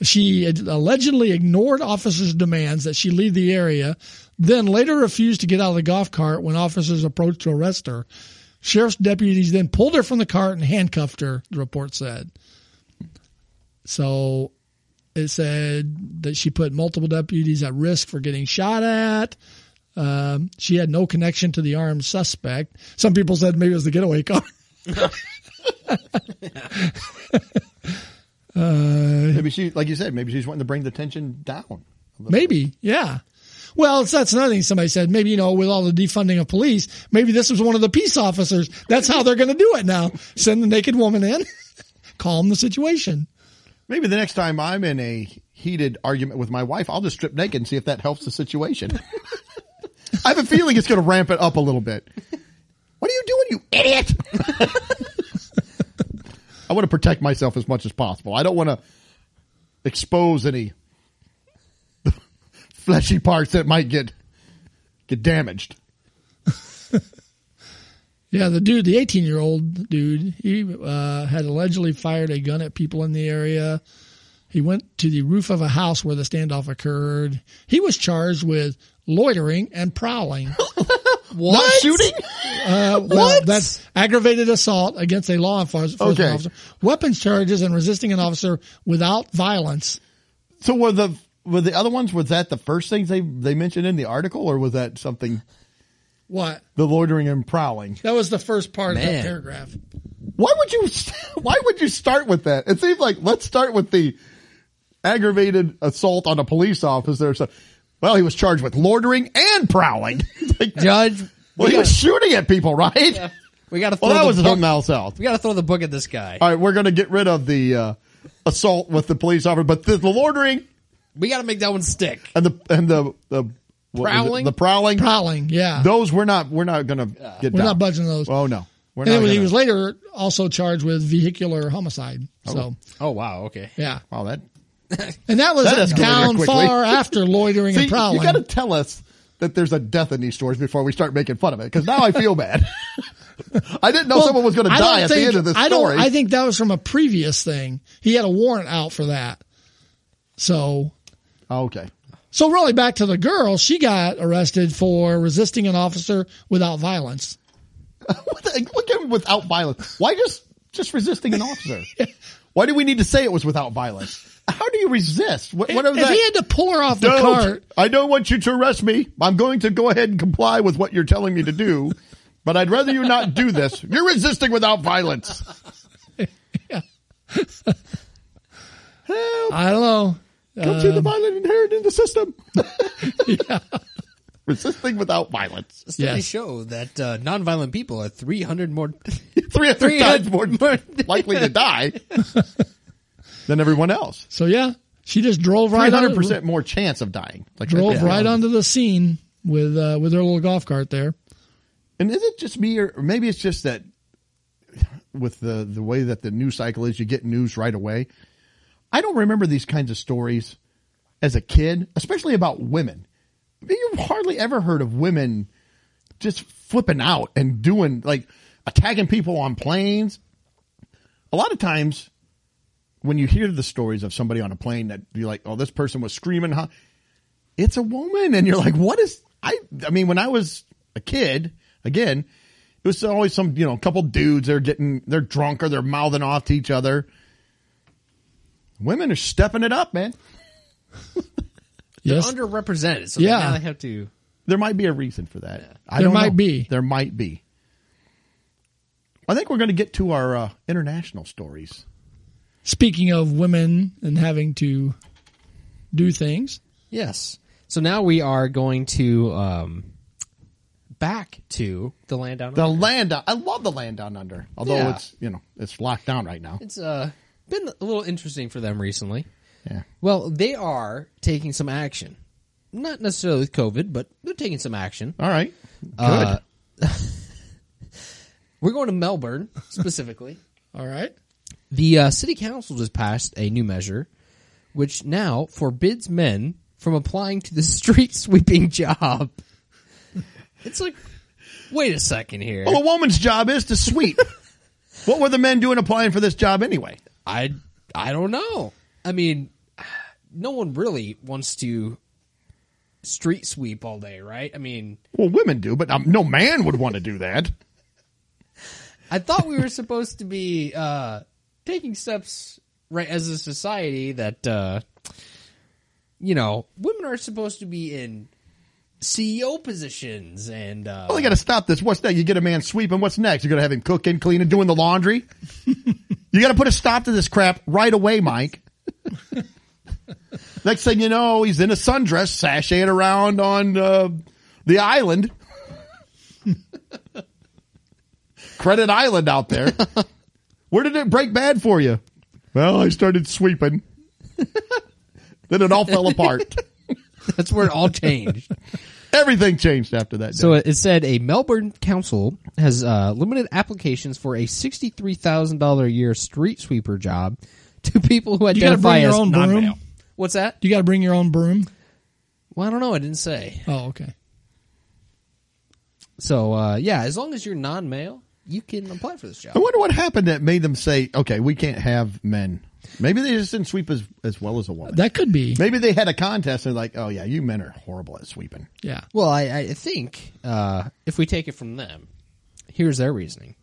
Speaker 2: She had allegedly ignored officers' demands that she leave the area, then later refused to get out of the golf cart when officers approached to arrest her. Sheriff's deputies then pulled her from the cart and handcuffed her, the report said. So it said that she put multiple deputies at risk for getting shot at. Um, she had no connection to the armed suspect. Some people said maybe it was the getaway car.
Speaker 1: Maybe she, like you said, maybe she's wanting to bring the tension down.
Speaker 2: Maybe, yeah. Well, it's, that's another thing somebody said. Maybe, you know, with all the defunding of police, maybe this was one of the peace officers. That's how they're going to do it now. Send the naked woman in, calm the situation.
Speaker 1: Maybe the next time I'm in a heated argument with my wife, I'll just strip naked and see if that helps the situation. I have a feeling it's going to ramp it up a little bit. What are you doing, you idiot? I want to protect myself as much as possible. I don't want to expose any fleshy parts that might get get damaged.
Speaker 2: Yeah, the dude, the 18 year old dude, he uh, had allegedly fired a gun at people in the area. He went to the roof of a house where the standoff occurred. He was charged with loitering and prowling.
Speaker 1: Not shooting?
Speaker 2: Uh, well,
Speaker 1: What?
Speaker 2: That's aggravated assault against a law enforcement
Speaker 1: Okay.
Speaker 2: officer, weapons charges, and resisting an officer without violence.
Speaker 1: So were the were the other ones? Was that the first things they they mentioned in the article, or was that something
Speaker 2: What?
Speaker 1: the loitering and prowling?
Speaker 2: That was the first part of that
Speaker 3: Man.
Speaker 2: paragraph.
Speaker 1: Why would you Why would you start with that? It seems like let's start with the aggravated assault on a police officer. So, well, he was charged with loitering and prowling. It's like,
Speaker 3: Judge,
Speaker 1: well, he was shooting at people, right?
Speaker 3: we got to throw
Speaker 1: Well, that
Speaker 3: the
Speaker 1: was
Speaker 3: book.
Speaker 1: something else. else.
Speaker 3: We got to throw the book at this guy.
Speaker 1: All right, we're going to get rid of the uh, assault with the police officer, but the, the loitering
Speaker 3: We got to make that one stick.
Speaker 1: and the and the the what was it?
Speaker 3: Prowling?
Speaker 1: the prowling,
Speaker 2: Prowling, yeah.
Speaker 1: those we're not we're not going to get.
Speaker 2: We're
Speaker 1: down.
Speaker 2: not budging those.
Speaker 1: Oh no, we're
Speaker 2: and then
Speaker 1: not.
Speaker 2: he
Speaker 1: gonna-
Speaker 2: was later also charged with vehicular homicide. So,
Speaker 3: Oh wow, okay.
Speaker 2: yeah.
Speaker 1: wow, that
Speaker 2: And that was
Speaker 1: That escalated
Speaker 2: down
Speaker 1: quickly.
Speaker 2: far after loitering
Speaker 1: See,
Speaker 2: and
Speaker 1: you
Speaker 2: prowling.
Speaker 1: got to tell us that there's a death in these stories before we start making fun of it. Because now I feel bad. I didn't know
Speaker 2: Well,
Speaker 1: someone was going to
Speaker 2: I
Speaker 1: die
Speaker 2: don't
Speaker 1: at the
Speaker 2: think-
Speaker 1: end of this
Speaker 2: I don't-
Speaker 1: story.
Speaker 2: I think that was from a previous thing. He had a warrant out for that. So,
Speaker 1: oh, okay.
Speaker 2: so really back to the girl, she got arrested for resisting an officer without violence.
Speaker 1: What the- Look at him without violence. Why just just resisting an officer? Why do we need to say it was without violence? How do you resist? What, what
Speaker 2: if
Speaker 1: is that?
Speaker 2: he had to pull her off the
Speaker 1: Don't.
Speaker 2: cart,
Speaker 1: I don't want you to arrest me. I'm going to go ahead and comply with what you're telling me to do, but I'd rather you not do this. You're resisting without violence. Help!
Speaker 2: I don't know.
Speaker 1: Come to the violent inherent in the system. Resisting without violence.
Speaker 3: Studies
Speaker 2: Yes.
Speaker 3: show that uh, nonviolent people are 300 more.
Speaker 1: 300,
Speaker 3: 300
Speaker 1: times more
Speaker 3: more-
Speaker 1: likely to die than everyone else.
Speaker 2: So yeah, she just drove right on-
Speaker 1: 300% more chance of dying. Like
Speaker 2: drove
Speaker 1: yeah.
Speaker 2: right onto the scene with uh, with her little golf cart there.
Speaker 1: And is it just me, or or maybe it's just that with the the way that the news cycle is, you get news right away. I don't remember these kinds of stories as a kid, especially about women. I mean, you've hardly ever heard of women just flipping out and doing like attacking people on planes. A lot of times, when you hear the stories of somebody on a plane that you're like, "Oh, this person was screaming," huh? it's a woman and you're like what is i i mean when i was a kid again it was always some you know couple dudes they're getting they're drunk or they're mouthing off to each other women are stepping it up man
Speaker 3: They're
Speaker 2: Yes,
Speaker 3: underrepresented. So
Speaker 2: Yeah.
Speaker 3: now they have to.
Speaker 1: there might be a reason for that I
Speaker 2: There
Speaker 1: don't
Speaker 2: might
Speaker 1: know.
Speaker 2: be.
Speaker 1: there might be i think we're going to get to our uh, international stories
Speaker 2: Speaking of women and having to do things,
Speaker 3: Yes. So now we are going to um, back to the land down.
Speaker 1: the land down, i love the land down under although
Speaker 3: Yeah.
Speaker 1: it's you know it's locked down right now
Speaker 3: It's uh, been a little interesting for them recently.
Speaker 1: yeah
Speaker 3: Well, they are taking some action. Not necessarily with COVID, but they're taking some action.
Speaker 1: all right good
Speaker 3: Uh, We're going to Melbourne specifically.
Speaker 2: all right.
Speaker 3: The uh, city council just passed a new measure, which now forbids men from applying to the street sweeping job. It's like, wait a second here.
Speaker 1: Well, a woman's job is to sweep. what were the men doing applying for this job anyway?
Speaker 3: I I don't know. I mean, no one really wants to street sweep all day, right? I mean,
Speaker 1: Well, women do, but um, no man would want to do that.
Speaker 3: I thought we were supposed to be uh, taking steps right as a society that uh, you know women are supposed to be in CEO positions and uh,
Speaker 1: Well, you got to stop this. What's that? You get a man sweeping. What's next? You're going to have him cooking, cleaning, doing the laundry. you got to put a stop to this crap right away, Mike. next thing you know, he's in a sundress, sashaying around on uh, the island. Credit Island out there. Where did it break bad for you? Well, I started sweeping. Then it all fell apart.
Speaker 3: That's where it all changed.
Speaker 1: Everything changed after that. Day.
Speaker 3: So it it said a Melbourne council has uh, limited applications for a sixty-three thousand dollar a year street sweeper job to people who
Speaker 2: You got to
Speaker 3: identify
Speaker 2: bring your
Speaker 3: as
Speaker 2: own
Speaker 3: non-male.
Speaker 2: broom.
Speaker 3: What's that?
Speaker 2: You got to bring your own broom.
Speaker 3: Well, I don't know. I didn't say.
Speaker 2: Oh, okay.
Speaker 3: So uh, yeah, as long as you're non-male, you can apply for this job.
Speaker 1: I wonder what happened that made them say, "Okay, we can't have men." Maybe they just didn't sweep as as well as a woman.
Speaker 2: That could be.
Speaker 1: Maybe they had a contest and they're like, "Oh yeah, you men are horrible at sweeping."
Speaker 2: Yeah.
Speaker 3: Well, I, I think uh, if we take it from them, here's their reasoning.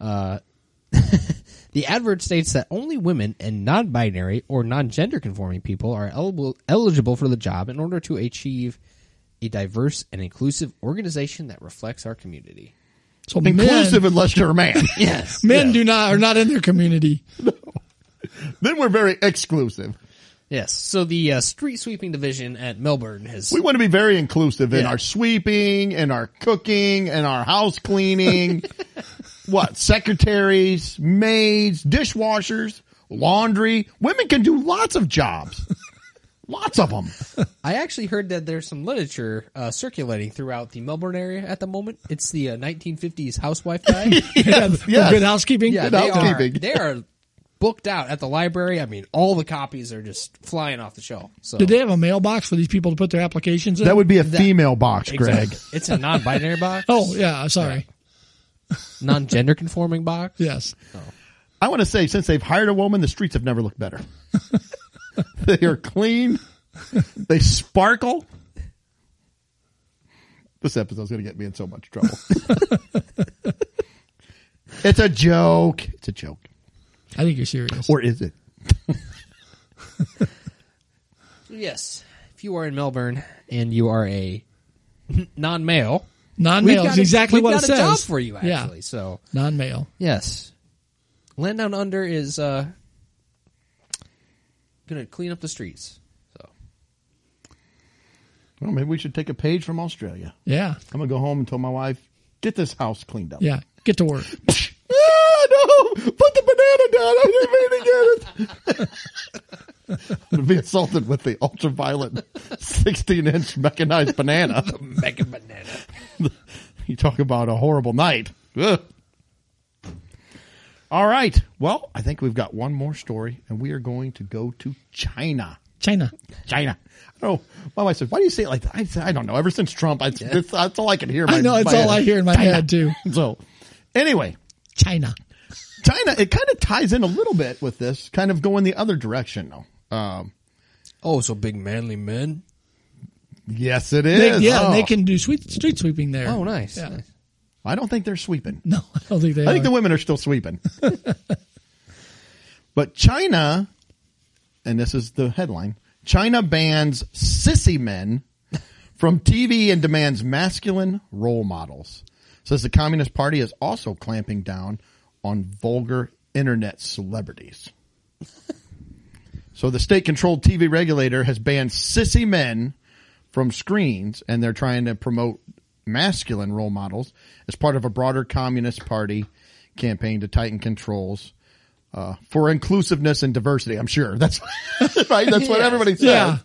Speaker 3: Uh, the advert states that only women and non binary or non gender conforming people are eligible, eligible for the job in order to achieve a diverse and inclusive organization that reflects our community.
Speaker 2: So
Speaker 1: Inclusive
Speaker 2: men,
Speaker 1: unless you're a man.
Speaker 3: Yes.
Speaker 2: men do not are not in their community.
Speaker 1: then we're very exclusive.
Speaker 3: Yes. So the uh, street sweeping division at Melbourne has.
Speaker 1: We want to be very inclusive in
Speaker 3: Yeah.
Speaker 1: our sweeping and our cooking and our house cleaning. what? Secretaries, maids, dishwashers, laundry. Women can do lots of jobs. lots of them.
Speaker 3: I actually heard that there's some literature uh, circulating throughout the Melbourne area at the moment. It's the uh, 1950s housewife guy.
Speaker 2: Yeah, for
Speaker 1: yes.
Speaker 2: Good housekeeping.
Speaker 3: Yeah,
Speaker 1: Good
Speaker 3: they are,
Speaker 1: housekeeping.
Speaker 3: they are booked out at the library. I mean, all the copies are just flying off the shelf. So
Speaker 2: Did they have a mailbox for these people to put their applications in?
Speaker 1: That would be a female box,
Speaker 3: Exactly.
Speaker 1: Greg.
Speaker 3: It's a non-binary box.
Speaker 2: oh, yeah. Sorry.
Speaker 3: non-gender conforming box.
Speaker 2: Yes.
Speaker 1: I want to say since they've hired a woman, the streets have never looked better. they are clean. They sparkle. This episode's going to get me in so much trouble. it's a joke. It's a joke.
Speaker 2: I think you're serious.
Speaker 1: Or is it?
Speaker 3: Yes, if you are in Melbourne and you are a non-male, we've
Speaker 2: Non-male
Speaker 3: got
Speaker 2: is
Speaker 3: a-
Speaker 2: exactly
Speaker 3: we've
Speaker 2: what
Speaker 3: got
Speaker 2: it
Speaker 3: a
Speaker 2: says.
Speaker 3: job for you actually.
Speaker 2: Yeah.
Speaker 3: So
Speaker 2: Non-male.
Speaker 3: yes, land down under is uh, gonna clean up the streets. So
Speaker 1: Well, maybe we should take a page from Australia.
Speaker 2: Yeah.
Speaker 1: I'm going to go home and tell my wife, get this house cleaned up.
Speaker 2: Yeah. Get to work.
Speaker 1: Ah, no! Put the banana down. I didn't mean to get it. I'm going to be assaulted with the ultraviolet 16 inch mechanized banana.
Speaker 3: mega banana.
Speaker 1: You talk about a horrible night. Ugh. All right. Well, I think we've got one more story, and we are going to go to China.
Speaker 2: China.
Speaker 1: China. I don't know. My wife said, "Why do you say it like that?" I said, "I don't know." Ever since Trump, I, that's, that's all I can hear. in
Speaker 2: I
Speaker 1: my-
Speaker 2: know. It's
Speaker 1: my
Speaker 2: all
Speaker 1: head.
Speaker 2: I hear in my
Speaker 1: China.
Speaker 2: head, too.
Speaker 1: So, anyway,
Speaker 2: China.
Speaker 1: China. It kind of ties in a little bit with this, kind of going the other direction, though. Um,
Speaker 3: Oh, so big manly men.
Speaker 1: yes, it is.
Speaker 2: They, yeah,
Speaker 1: Oh.
Speaker 2: they can do sweet, street sweeping there.
Speaker 3: Oh, nice.
Speaker 2: Yeah.
Speaker 3: nice.
Speaker 1: I don't think they're sweeping.
Speaker 2: No, I don't think they
Speaker 1: I think
Speaker 2: are.
Speaker 1: the women are still sweeping. but China, and this is the headline China bans sissy men from TV and demands masculine role models. Says the Communist Party is also clamping down on vulgar internet celebrities. so the state controlled TV regulator has banned sissy men from screens and they're trying to promote masculine role models as part of a broader Communist Party campaign to tighten controls uh, for inclusiveness and diversity. I'm sure that's right. That's what everybody says.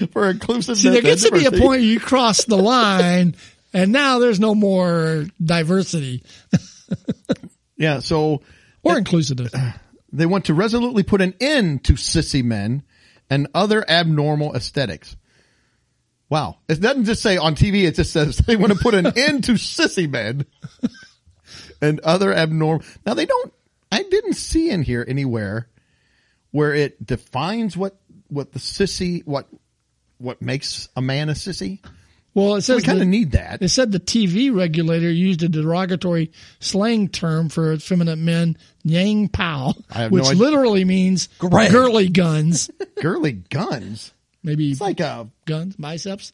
Speaker 2: Yeah.
Speaker 1: For inclusiveness.
Speaker 2: See, there
Speaker 1: and
Speaker 2: gets to be a
Speaker 1: diversity.
Speaker 2: point you cross the line, and now there's no more diversity
Speaker 1: Yeah, so
Speaker 2: or inclusiveness.
Speaker 1: they want to resolutely put an end to sissy men and other abnormal aesthetics. Wow. It doesn't just say on TV, it just says they want to put an end to sissy men and other abnormal. Now they don't, I didn't see in here anywhere where it defines what, what the sissy, what, what makes a man a sissy.
Speaker 2: Well, it
Speaker 1: We
Speaker 2: says
Speaker 1: kind
Speaker 2: the-
Speaker 1: of need that.
Speaker 2: They said the TV regulator used a derogatory slang term for effeminate men, Yang Pao,
Speaker 1: I have no
Speaker 2: which
Speaker 1: idea.
Speaker 2: literally means
Speaker 3: Great.
Speaker 2: girly guns.
Speaker 1: Girly guns.
Speaker 2: Maybe
Speaker 1: It's like a,
Speaker 2: guns, biceps.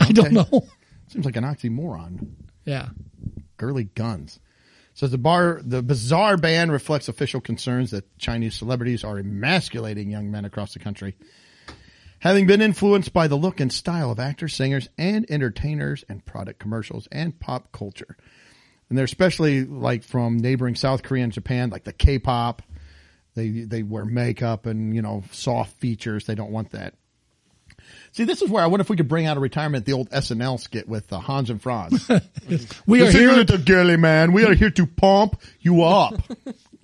Speaker 2: I don't know.
Speaker 1: seems like an oxymoron.
Speaker 2: Yeah.
Speaker 1: girly guns. So the bar, the bizarre ban reflects official concerns that Chinese celebrities are emasculating young men across the country, having been influenced by the look and style of actors, singers, and entertainers, and product commercials and pop culture. And they're especially like from neighboring South Korea and Japan, like the K-pop They they wear makeup and you know soft features. They don't want that. See, this is where I wonder if we could bring out of retirement the old SNL skit with uh, Hans and Franz.
Speaker 2: We are
Speaker 1: This
Speaker 2: here.
Speaker 1: isn't a girly man. We are here to pump you up.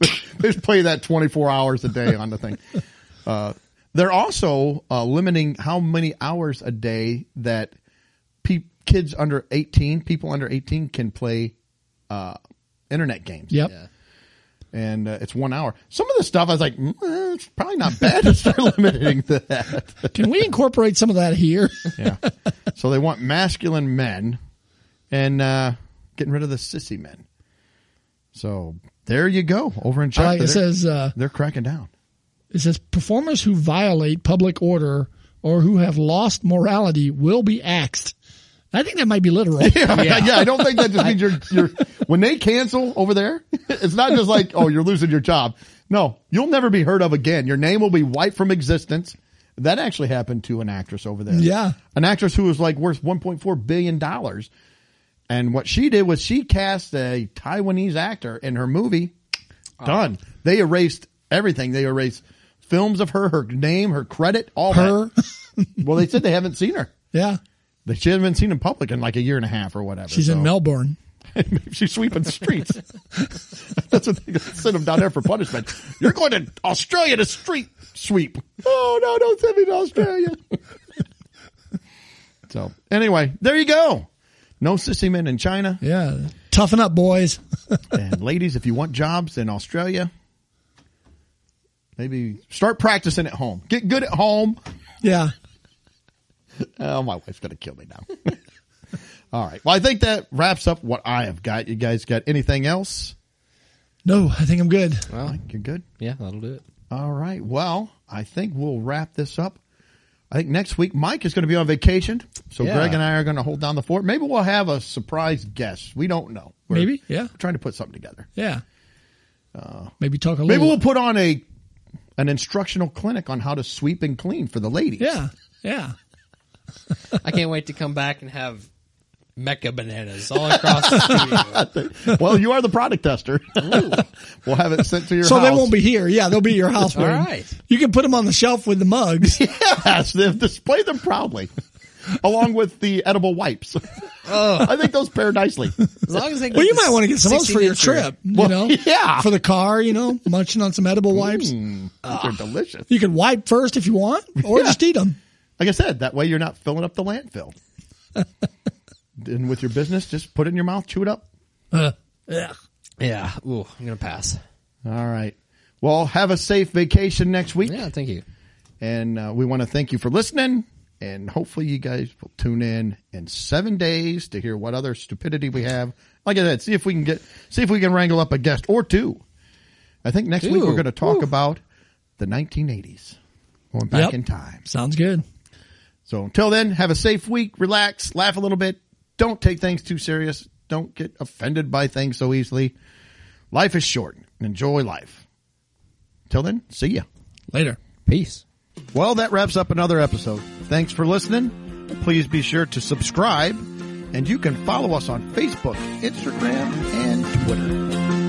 Speaker 1: they just play that 24 hours a day on the thing. Uh, they're also uh, limiting how many hours a day that pe- kids under 18, people under 18 can play uh, internet games.
Speaker 2: Yep.
Speaker 3: Yeah.
Speaker 1: And uh, it's one hour. Some of the stuff I was like, mm, eh, it's probably not bad to start limiting that.
Speaker 2: Can we incorporate some of that here?
Speaker 1: Yeah. so they want masculine men and uh, getting rid of the sissy men. So there you go. Over in China,
Speaker 2: like it says, uh,
Speaker 1: they're cracking down.
Speaker 2: It says performers who violate public order or who have lost morality will be axed. I think that might be literal.
Speaker 1: Yeah, yeah. I don't think that just means you're, you're, when they cancel over there, it's not just like, oh, you're losing your job. No, you'll never be heard of again. Your name will be wiped from existence. That actually happened to an actress over there.
Speaker 2: Yeah.
Speaker 1: An actress who was like worth $1.4 billion. And what she did was she cast a Taiwanese actor in her movie. Done. They erased everything. They erased films of her, her name, her credit, all
Speaker 2: Her.
Speaker 1: that. Well, they said they haven't seen her.
Speaker 2: Yeah.
Speaker 1: That she hasn't been seen in public in like a year and a half or whatever.
Speaker 2: She's in
Speaker 1: so-
Speaker 2: Melbourne.
Speaker 1: Maybe she's sweeping the streets. That's what they send them down there for punishment. You're going to Australia to street sweep. Oh no, don't send me to Australia. so anyway, there you go. No sissy men in China.
Speaker 2: Yeah. Toughen up, boys.
Speaker 1: And ladies, if you want jobs in Australia, maybe start practicing at home. Get good at home.
Speaker 2: yeah.
Speaker 1: Oh, my wife's going to kill me now. All right. Well, I think that wraps up what I have got. You guys got anything else?
Speaker 2: No, I think I'm good.
Speaker 3: Well,
Speaker 1: Mike, you're good.
Speaker 3: yeah, that'll do it.
Speaker 1: All right. Well, I think we'll wrap this up. I think next week Mike is going to be on vacation, so
Speaker 3: Yeah.
Speaker 1: Greg and I are going to hold down the fort. Maybe we'll have a surprise guest. We don't know. We're
Speaker 2: Maybe. Yeah.
Speaker 1: trying to put something together.
Speaker 2: Yeah. Maybe talk a little.
Speaker 1: Uh, Maybe we'll put on a an instructional clinic on how to sweep and clean for the ladies.
Speaker 2: yeah. Yeah.
Speaker 3: I can't wait to come back and have mecha bananas all across the studio.
Speaker 1: well, you are the product tester. we'll have it sent to your
Speaker 2: So
Speaker 1: house.
Speaker 2: they won't be here. Yeah, they'll be at your house.
Speaker 3: All
Speaker 2: Wayne.
Speaker 3: right.
Speaker 2: You can put them on the shelf with the mugs.
Speaker 1: Yes, they've displayed them proudly, along with the edible wipes. I think those pair nicely.
Speaker 3: As long as they
Speaker 2: Well, you might want to get some of those for your trip.
Speaker 1: Well,
Speaker 2: you know,
Speaker 1: yeah.
Speaker 2: for the car. You know, munching on some edible wipes.
Speaker 1: They're delicious.
Speaker 2: You can wipe first if you want, or
Speaker 1: Yeah.
Speaker 2: just eat them.
Speaker 1: Like I said, that way you're not filling up the landfill. and with your business, just put it in your mouth, chew it up.
Speaker 2: Uh, yeah.
Speaker 3: Yeah. Ooh, I'm gonna pass.
Speaker 1: All right. Well, have a safe vacation next week.
Speaker 3: Yeah. Thank you.
Speaker 1: And uh, we want to thank you for listening. And hopefully, you guys will tune in in seven days to hear what other stupidity we have. Like I said, see if we can get, see if we can wrangle up a guest or two. I think next week
Speaker 3: Two.
Speaker 1: we're going to talk
Speaker 3: Woo.
Speaker 1: about the 1980s, going back
Speaker 2: Yep.
Speaker 1: in time.
Speaker 2: Sounds good.
Speaker 1: So until then, have a safe week, relax, laugh a little bit. Don't take things too serious. Don't get offended by things so easily. Life is short. Enjoy life. Till then, see ya.
Speaker 2: Later.
Speaker 3: Peace.
Speaker 1: Well, that wraps up another episode. Thanks for listening. Please be sure to subscribe and you can follow us on Facebook, Instagram, and Twitter.